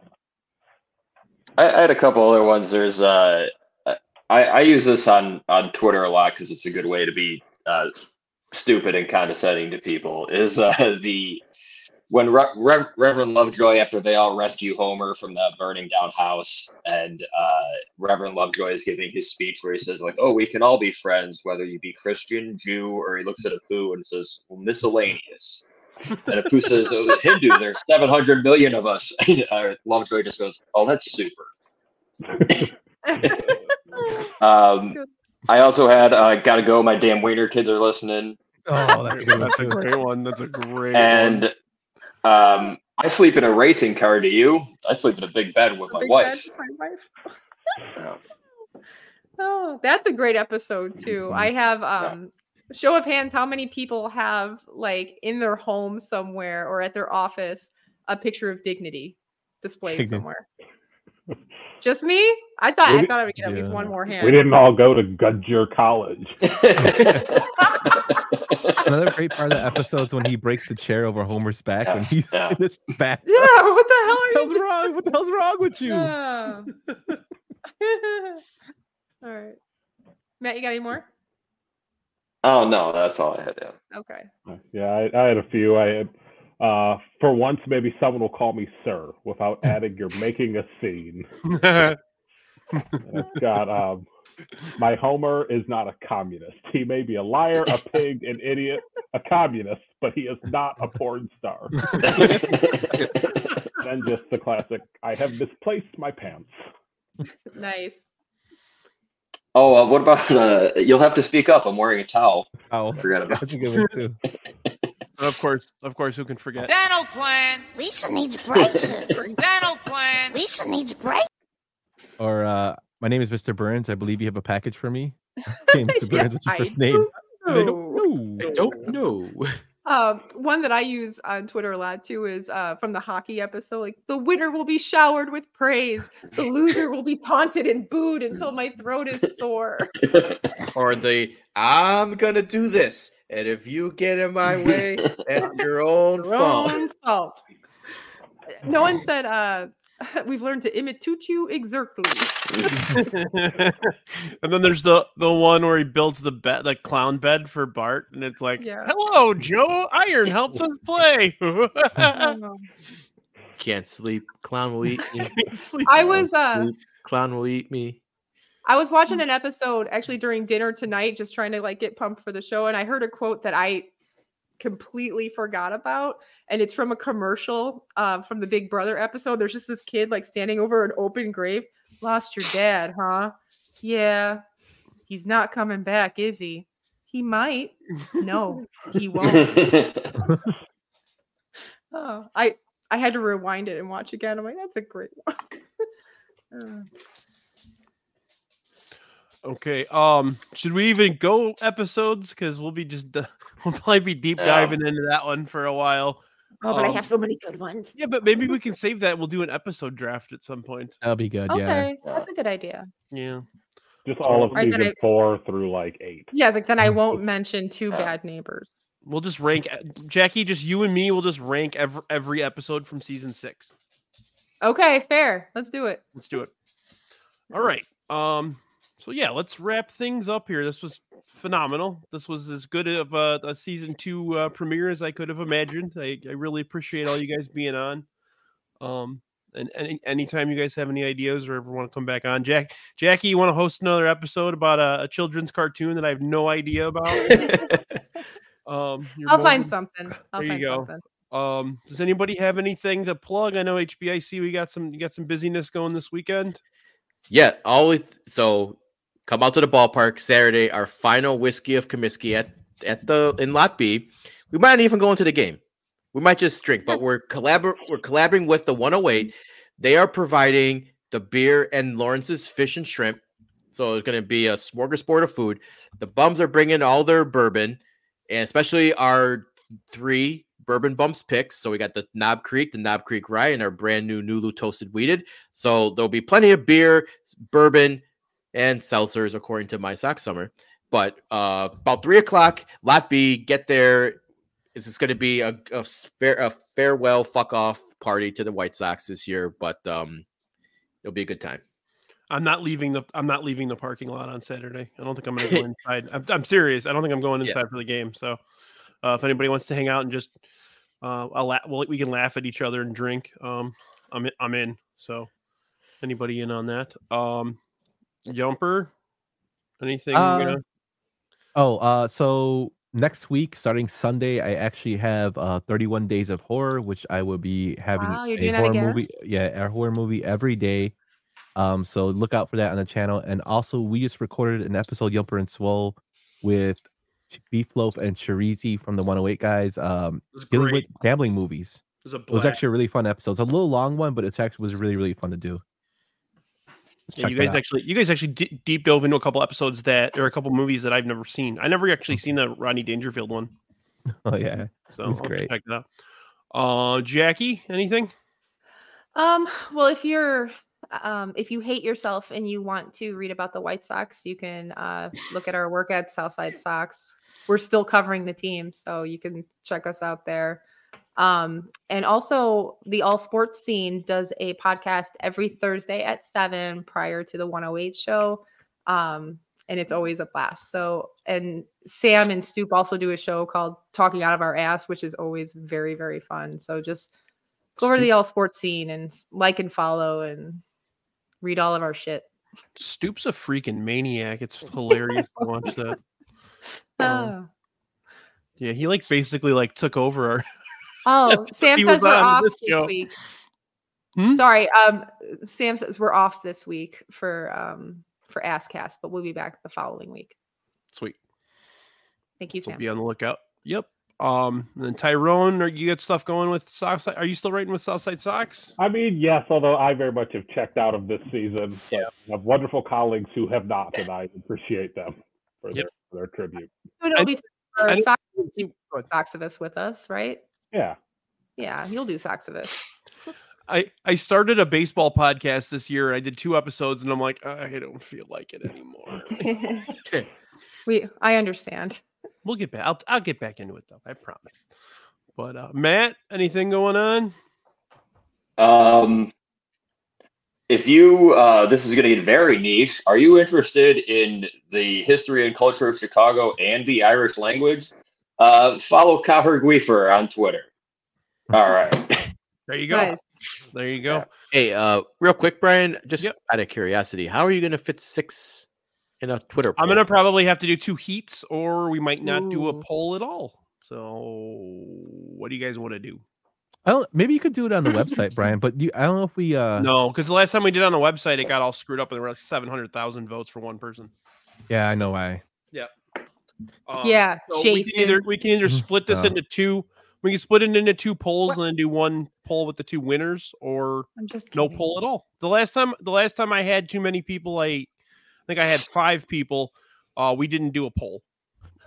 I, I had a couple other ones. There's uh, I, I use this on on Twitter a lot because it's a good way to be uh, stupid and condescending to people. Is uh, the when Re- Rev- Reverend Lovejoy, after they all rescue Homer from that burning down house, and uh, Reverend Lovejoy is giving his speech where he says like, "Oh, we can all be friends, whether you be Christian, Jew, or he looks at a poo and says miscellaneous." And Apu says, oh, Hindu, there's 700 million of us. And, uh, Lovejoy just goes, oh, that's super. um, I also had, uh, gotta go, my damn wiener kids are listening.
Oh, that's, a great one. That's a great
And um, I sleep in a racing car, do you? I sleep in a big bed with my
Big
wife.
Bad, my wife.
Yeah.
Oh, that's a great episode too. I have um show of hands how many people have like in their home somewhere or at their office a picture of dignity displayed
Dignity.
somewhere. Just me? I thought
We
I
di-
thought I would get at least one more hand.
We didn't all go to Gudger College.
Another great part of the episode's when he breaks the chair over Homer's back when he's in his back.
Yeah, what the hell are you
Hell's wrong? What the hell's wrong with you?
Yeah. All right. Matt, you got any more?
Oh, no, that's all I had. Yeah.
Okay.
Yeah, I, I had a few. I had, uh, for once, maybe someone will call me sir without adding you're making a scene.
one.
I've got um, my Homer is not a communist. He may be a liar, a pig, an idiot, a communist, but he is not a porn star. then just the classic. I have misplaced my pants.
Nice.
Oh, uh, what about, uh, you'll have to speak up. I'm wearing a towel.
Oh,
forgot about that's
a good one, too.
And of course, of course, who can forget?
Dental plan. Lisa needs
braces.
Dental plan. Lisa needs braces.
Or uh, my name is Mr. Burns. I believe you have a package for me. Okay, Mr. Burns, what's your
I
first name?
don't
They don't
know.
know. I don't know.
Um, one that I use on Twitter a lot too is uh, from the hockey episode. Like the winner will be showered with praise, the loser will be taunted and booed until my throat is sore.
or the I'm gonna do this, and if you get in my way, that's your own
Your
fault.
own fault. No one said uh, we've learned to imitate you exactly.
and then there's the the one where he builds the bed, the clown bed for Bart, and it's like,
Yeah.
"Hello, Joe. Iron helps us play."
Can't sleep, clown will eat me.
I was uh,
Sleep, clown will eat me.
I was watching an episode actually during dinner tonight, just trying to like get pumped for the show, and I heard a quote that I completely forgot about, and it's from a commercial um, from the Big Brother episode. There's just this kid like standing over an open grave. Lost your dad, huh? Yeah, he's not coming back, is he? He might. No, he won't. oh, I I had to rewind it and watch again. I'm like, that's a great one. Uh,
Okay. Um, should we even go episodes? Because we'll be just we'll probably be deep
Yeah.
diving into that one for a while.
oh, but I
Um,
have so many good ones.
Yeah, but maybe we can save that. We'll do an episode draft at some point.
That'll be good. Yeah.
Okay, that's a good idea.
Yeah.
Just all of
Or that
season
I-
four through like eight.
Yeah, it's like then I won't mention two
Yeah.
bad neighbors.
We'll just rank Jackie. Just you and me. We'll just rank every every episode from season six.
Okay, fair. Let's do it.
Let's do it. All right. Um. So yeah, let's wrap things up here. This was phenomenal. This was as good of a, a season two uh, premiere as I could have imagined. I, I really appreciate all you guys being on. Um. And any anytime you guys have any ideas or ever want to come back on, Jack, Jackie, you want to host another episode about a, a children's cartoon that I have no idea about? um, you're
I'll
more
find
than-
something. I'll
there
find
you go.
something.
Um, does anybody have anything to plug? I know HBIC, we got some, you got some busyness going this weekend.
Yeah, always. So come out to the ballpark Saturday. Our final whiskey of Comiskey at at the in Lot B. We might not even go into the game. We might just drink, but we're collabor we're collaborating with the 108. They are providing the beer and Lawrence's fish and shrimp. So it's going to be a smorgasbord of food. The bums are bringing all their bourbon, and especially our three bourbon bumps picks. So we got the Knob Creek, the Knob Creek Rye, and our brand new Nulu Toasted Weeded. So there'll be plenty of beer, bourbon, and seltzers, according to my sock summer. But uh, about three o'clock, lot B, get there. This is going to be a, a, s- fair, a farewell fuck off party to the White Sox this year, but um, it'll be a good time.
I'm not leaving the, I'm not leaving the parking lot on Saturday. I don't think I'm going to go inside. I'm, I'm serious. I don't think I'm going inside for the game. So, uh, if anybody wants to hang out and just, uh, I'll la- well, we can laugh at each other and drink. Um, I'm, in, I'm in. So, anybody in on that? Um, Jumper, anything?
Uh,
you know?
Oh, uh, so next week, starting Sunday, I actually have uh 31 Days of Horror, which I will be having
Wow, you're
a
doing that
horror
again?
movie. Yeah, a horror movie every day. Um, so look out for that on the channel. And also, we just recorded an episode, Yumper and Swole, with Ch- Beefloaf and Chirizi from the 108 guys. Um,
was
dealing with gambling movies.
It was a blast.
actually a really fun episode. It's a little long one, but it's actually was really really fun to do. Let's
Yeah,
check
you
that
guys
out.
actually, you guys actually d- deep dove into a couple episodes that or a couple movies that I've never seen. I never actually seen the Rodney Dangerfield one,
Oh yeah,
so I'll
it was
have to
great.
check that out. Uh, Jackie, anything?
Um, well, if you're um, if you hate yourself and you want to read about the White Sox, you can uh, look at our work at Southside Sox. We're still covering the team, so you can check us out there. Um, and also, the All Sports Scene does a podcast every Thursday at seven prior to the 108 show. Um, and it's always a blast. So, and Sam and Stoop also do a show called Talking Out of Our Ass, which is always very, very fun. So, just go over to the all sports scene and s- like and follow and read all of our shit.
Stoop's a freaking maniac. It's hilarious to watch that.
Oh,
Yeah, he like basically like took over our.
oh Sam
he
says
was
we're
on
off
this
this,
show.
week.
Hmm?
Sorry, um, Sam says we're off this week for um for AssCast, but we'll be back the following week.
Sweet.
Thank you,
So
Sam.
be on the lookout. Yep. Um, and then Tyrone, are you got stuff going with Southside? Are you still writing with Southside Sox?
I mean, yes, although I very much have checked out of this season. But I have wonderful colleagues who have not, and I appreciate them for their, for their tribute.
Who know
I-
Oh, we-
I
or
don't
Sox- Soxivus with us, right?
Yeah.
Yeah, you'll do Soxivus.
I I started a baseball podcast this year. and I did two episodes, and I'm like, I don't feel like it anymore.
we, I understand.
We'll get back. I'll, I'll get back into it though. I promise. But uh, Matt, anything going on?
Um, if you, uh, this is going to get very niche. Are you interested in the history and culture of Chicago and the Irish language? Uh, follow Copper Guifer on Twitter. All right.
There you go.
Nice.
There you go.
Hey, uh, real quick, Brian, just out of curiosity, how are you going to fit six in a Twitter?
I'm gonna probably have to do two heats, or we might not do a poll at all So, what do you guys want to do?
I don't. Maybe you could do it on the website, Brian. But you, I don't know if we. uh
No, because the last time we did it on the website, it got all screwed up, and there were like seven hundred thousand votes for one person.
Yeah, I know why.
Yep. Um,
Yeah,
we can
Jason.
either we can either split this
Oh.
into two. We can split it into two polls and then do one poll with the two winners, or no poll at all. The last time, the last time I had too many people, I, I think I had five people. Uh, we didn't do a poll.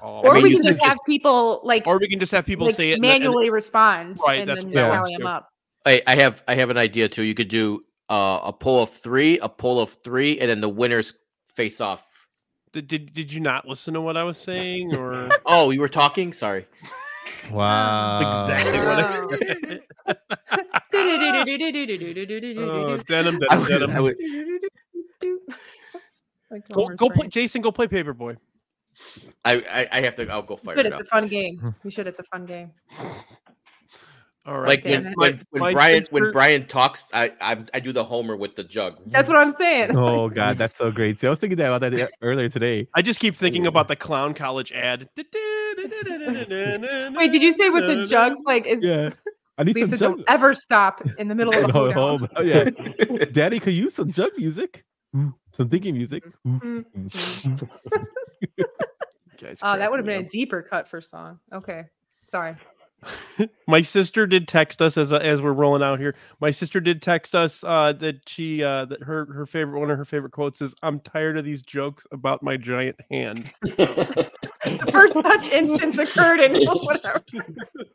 Um,
Or we can just have people like
or we can just have people
like,
say it and then- and-
manually respond,
Right,
and
that's
then
what I want
tally
to
them
do.
up.
I, I have I have an idea too. You could do uh, a poll of three, a poll of three, and then the winners face off.
Did, did did you not listen to what I was saying? Or
Oh, you were talking. Sorry.
Wow.
exactly what I Oh, denim, denim,
I would-
denim.
I would-
Like
go,
Homer's
go
brain.
play, Jason. Go play Paperboy.
I, I I have to. I'll go
We
fire
should.
it
It's
up.
a fun
Hmm.
game. We should. It's a fun game.
All
Like
Damn
when,
it.
when,
My-
when
my
Brian when
sister-
Brian talks, I, I I do the Homer with the jug.
That's what I'm saying.
Oh God, that's so great. See, I was thinking about that e- earlier today.
I just keep thinking about the clown college ad.
Wait, did you say with the jugs? Like, it's,
Yeah. I need
Lisa,
some
don't
jug.
ever stop in the middle of a
No,
hoedown.
no, no, Oh, yeah. Daddy could use some jug music. Mm, Some thinking music. Mm, mm.
Oh, that would have been a deeper cut for song. Okay, sorry.
My sister did text us as as we're rolling out here. My sister did text us uh, that she uh, that her her favorite one of her favorite quotes is "I'm tired of these jokes about my giant hand."
The first such instance occurred in whatever.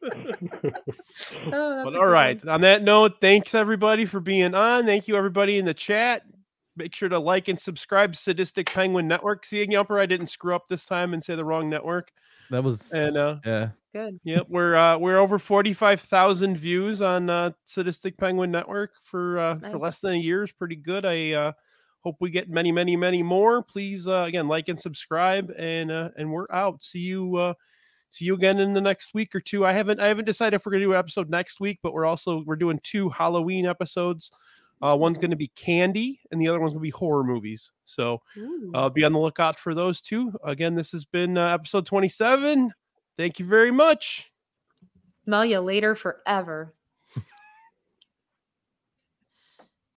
Oh, that's
But
a
all
good
right. On that note, thanks everybody for being on. Thank you everybody in the chat. Make sure to like and subscribe Sadistic Penguin Network. See, Yumper, I didn't screw up this time and say the wrong network.
That was
And uh
yeah.
Good.
Yep, we're uh we're over 45,000 views on uh Sadistic Penguin Network for uh for
Nice.
less than a year is pretty good. I uh hope we get many many many more. Please uh again like and subscribe and uh and we're out. See you uh see you again in the next week or two. I haven't I haven't decided if we're going to do an episode next week, but we're also we're doing two Halloween episodes. Uh, one's going to be candy, and the other one's going to be horror movies. So uh, be on the lookout for those two. Again, this has been uh, episode 27. Thank you very much.
Smell you later forever.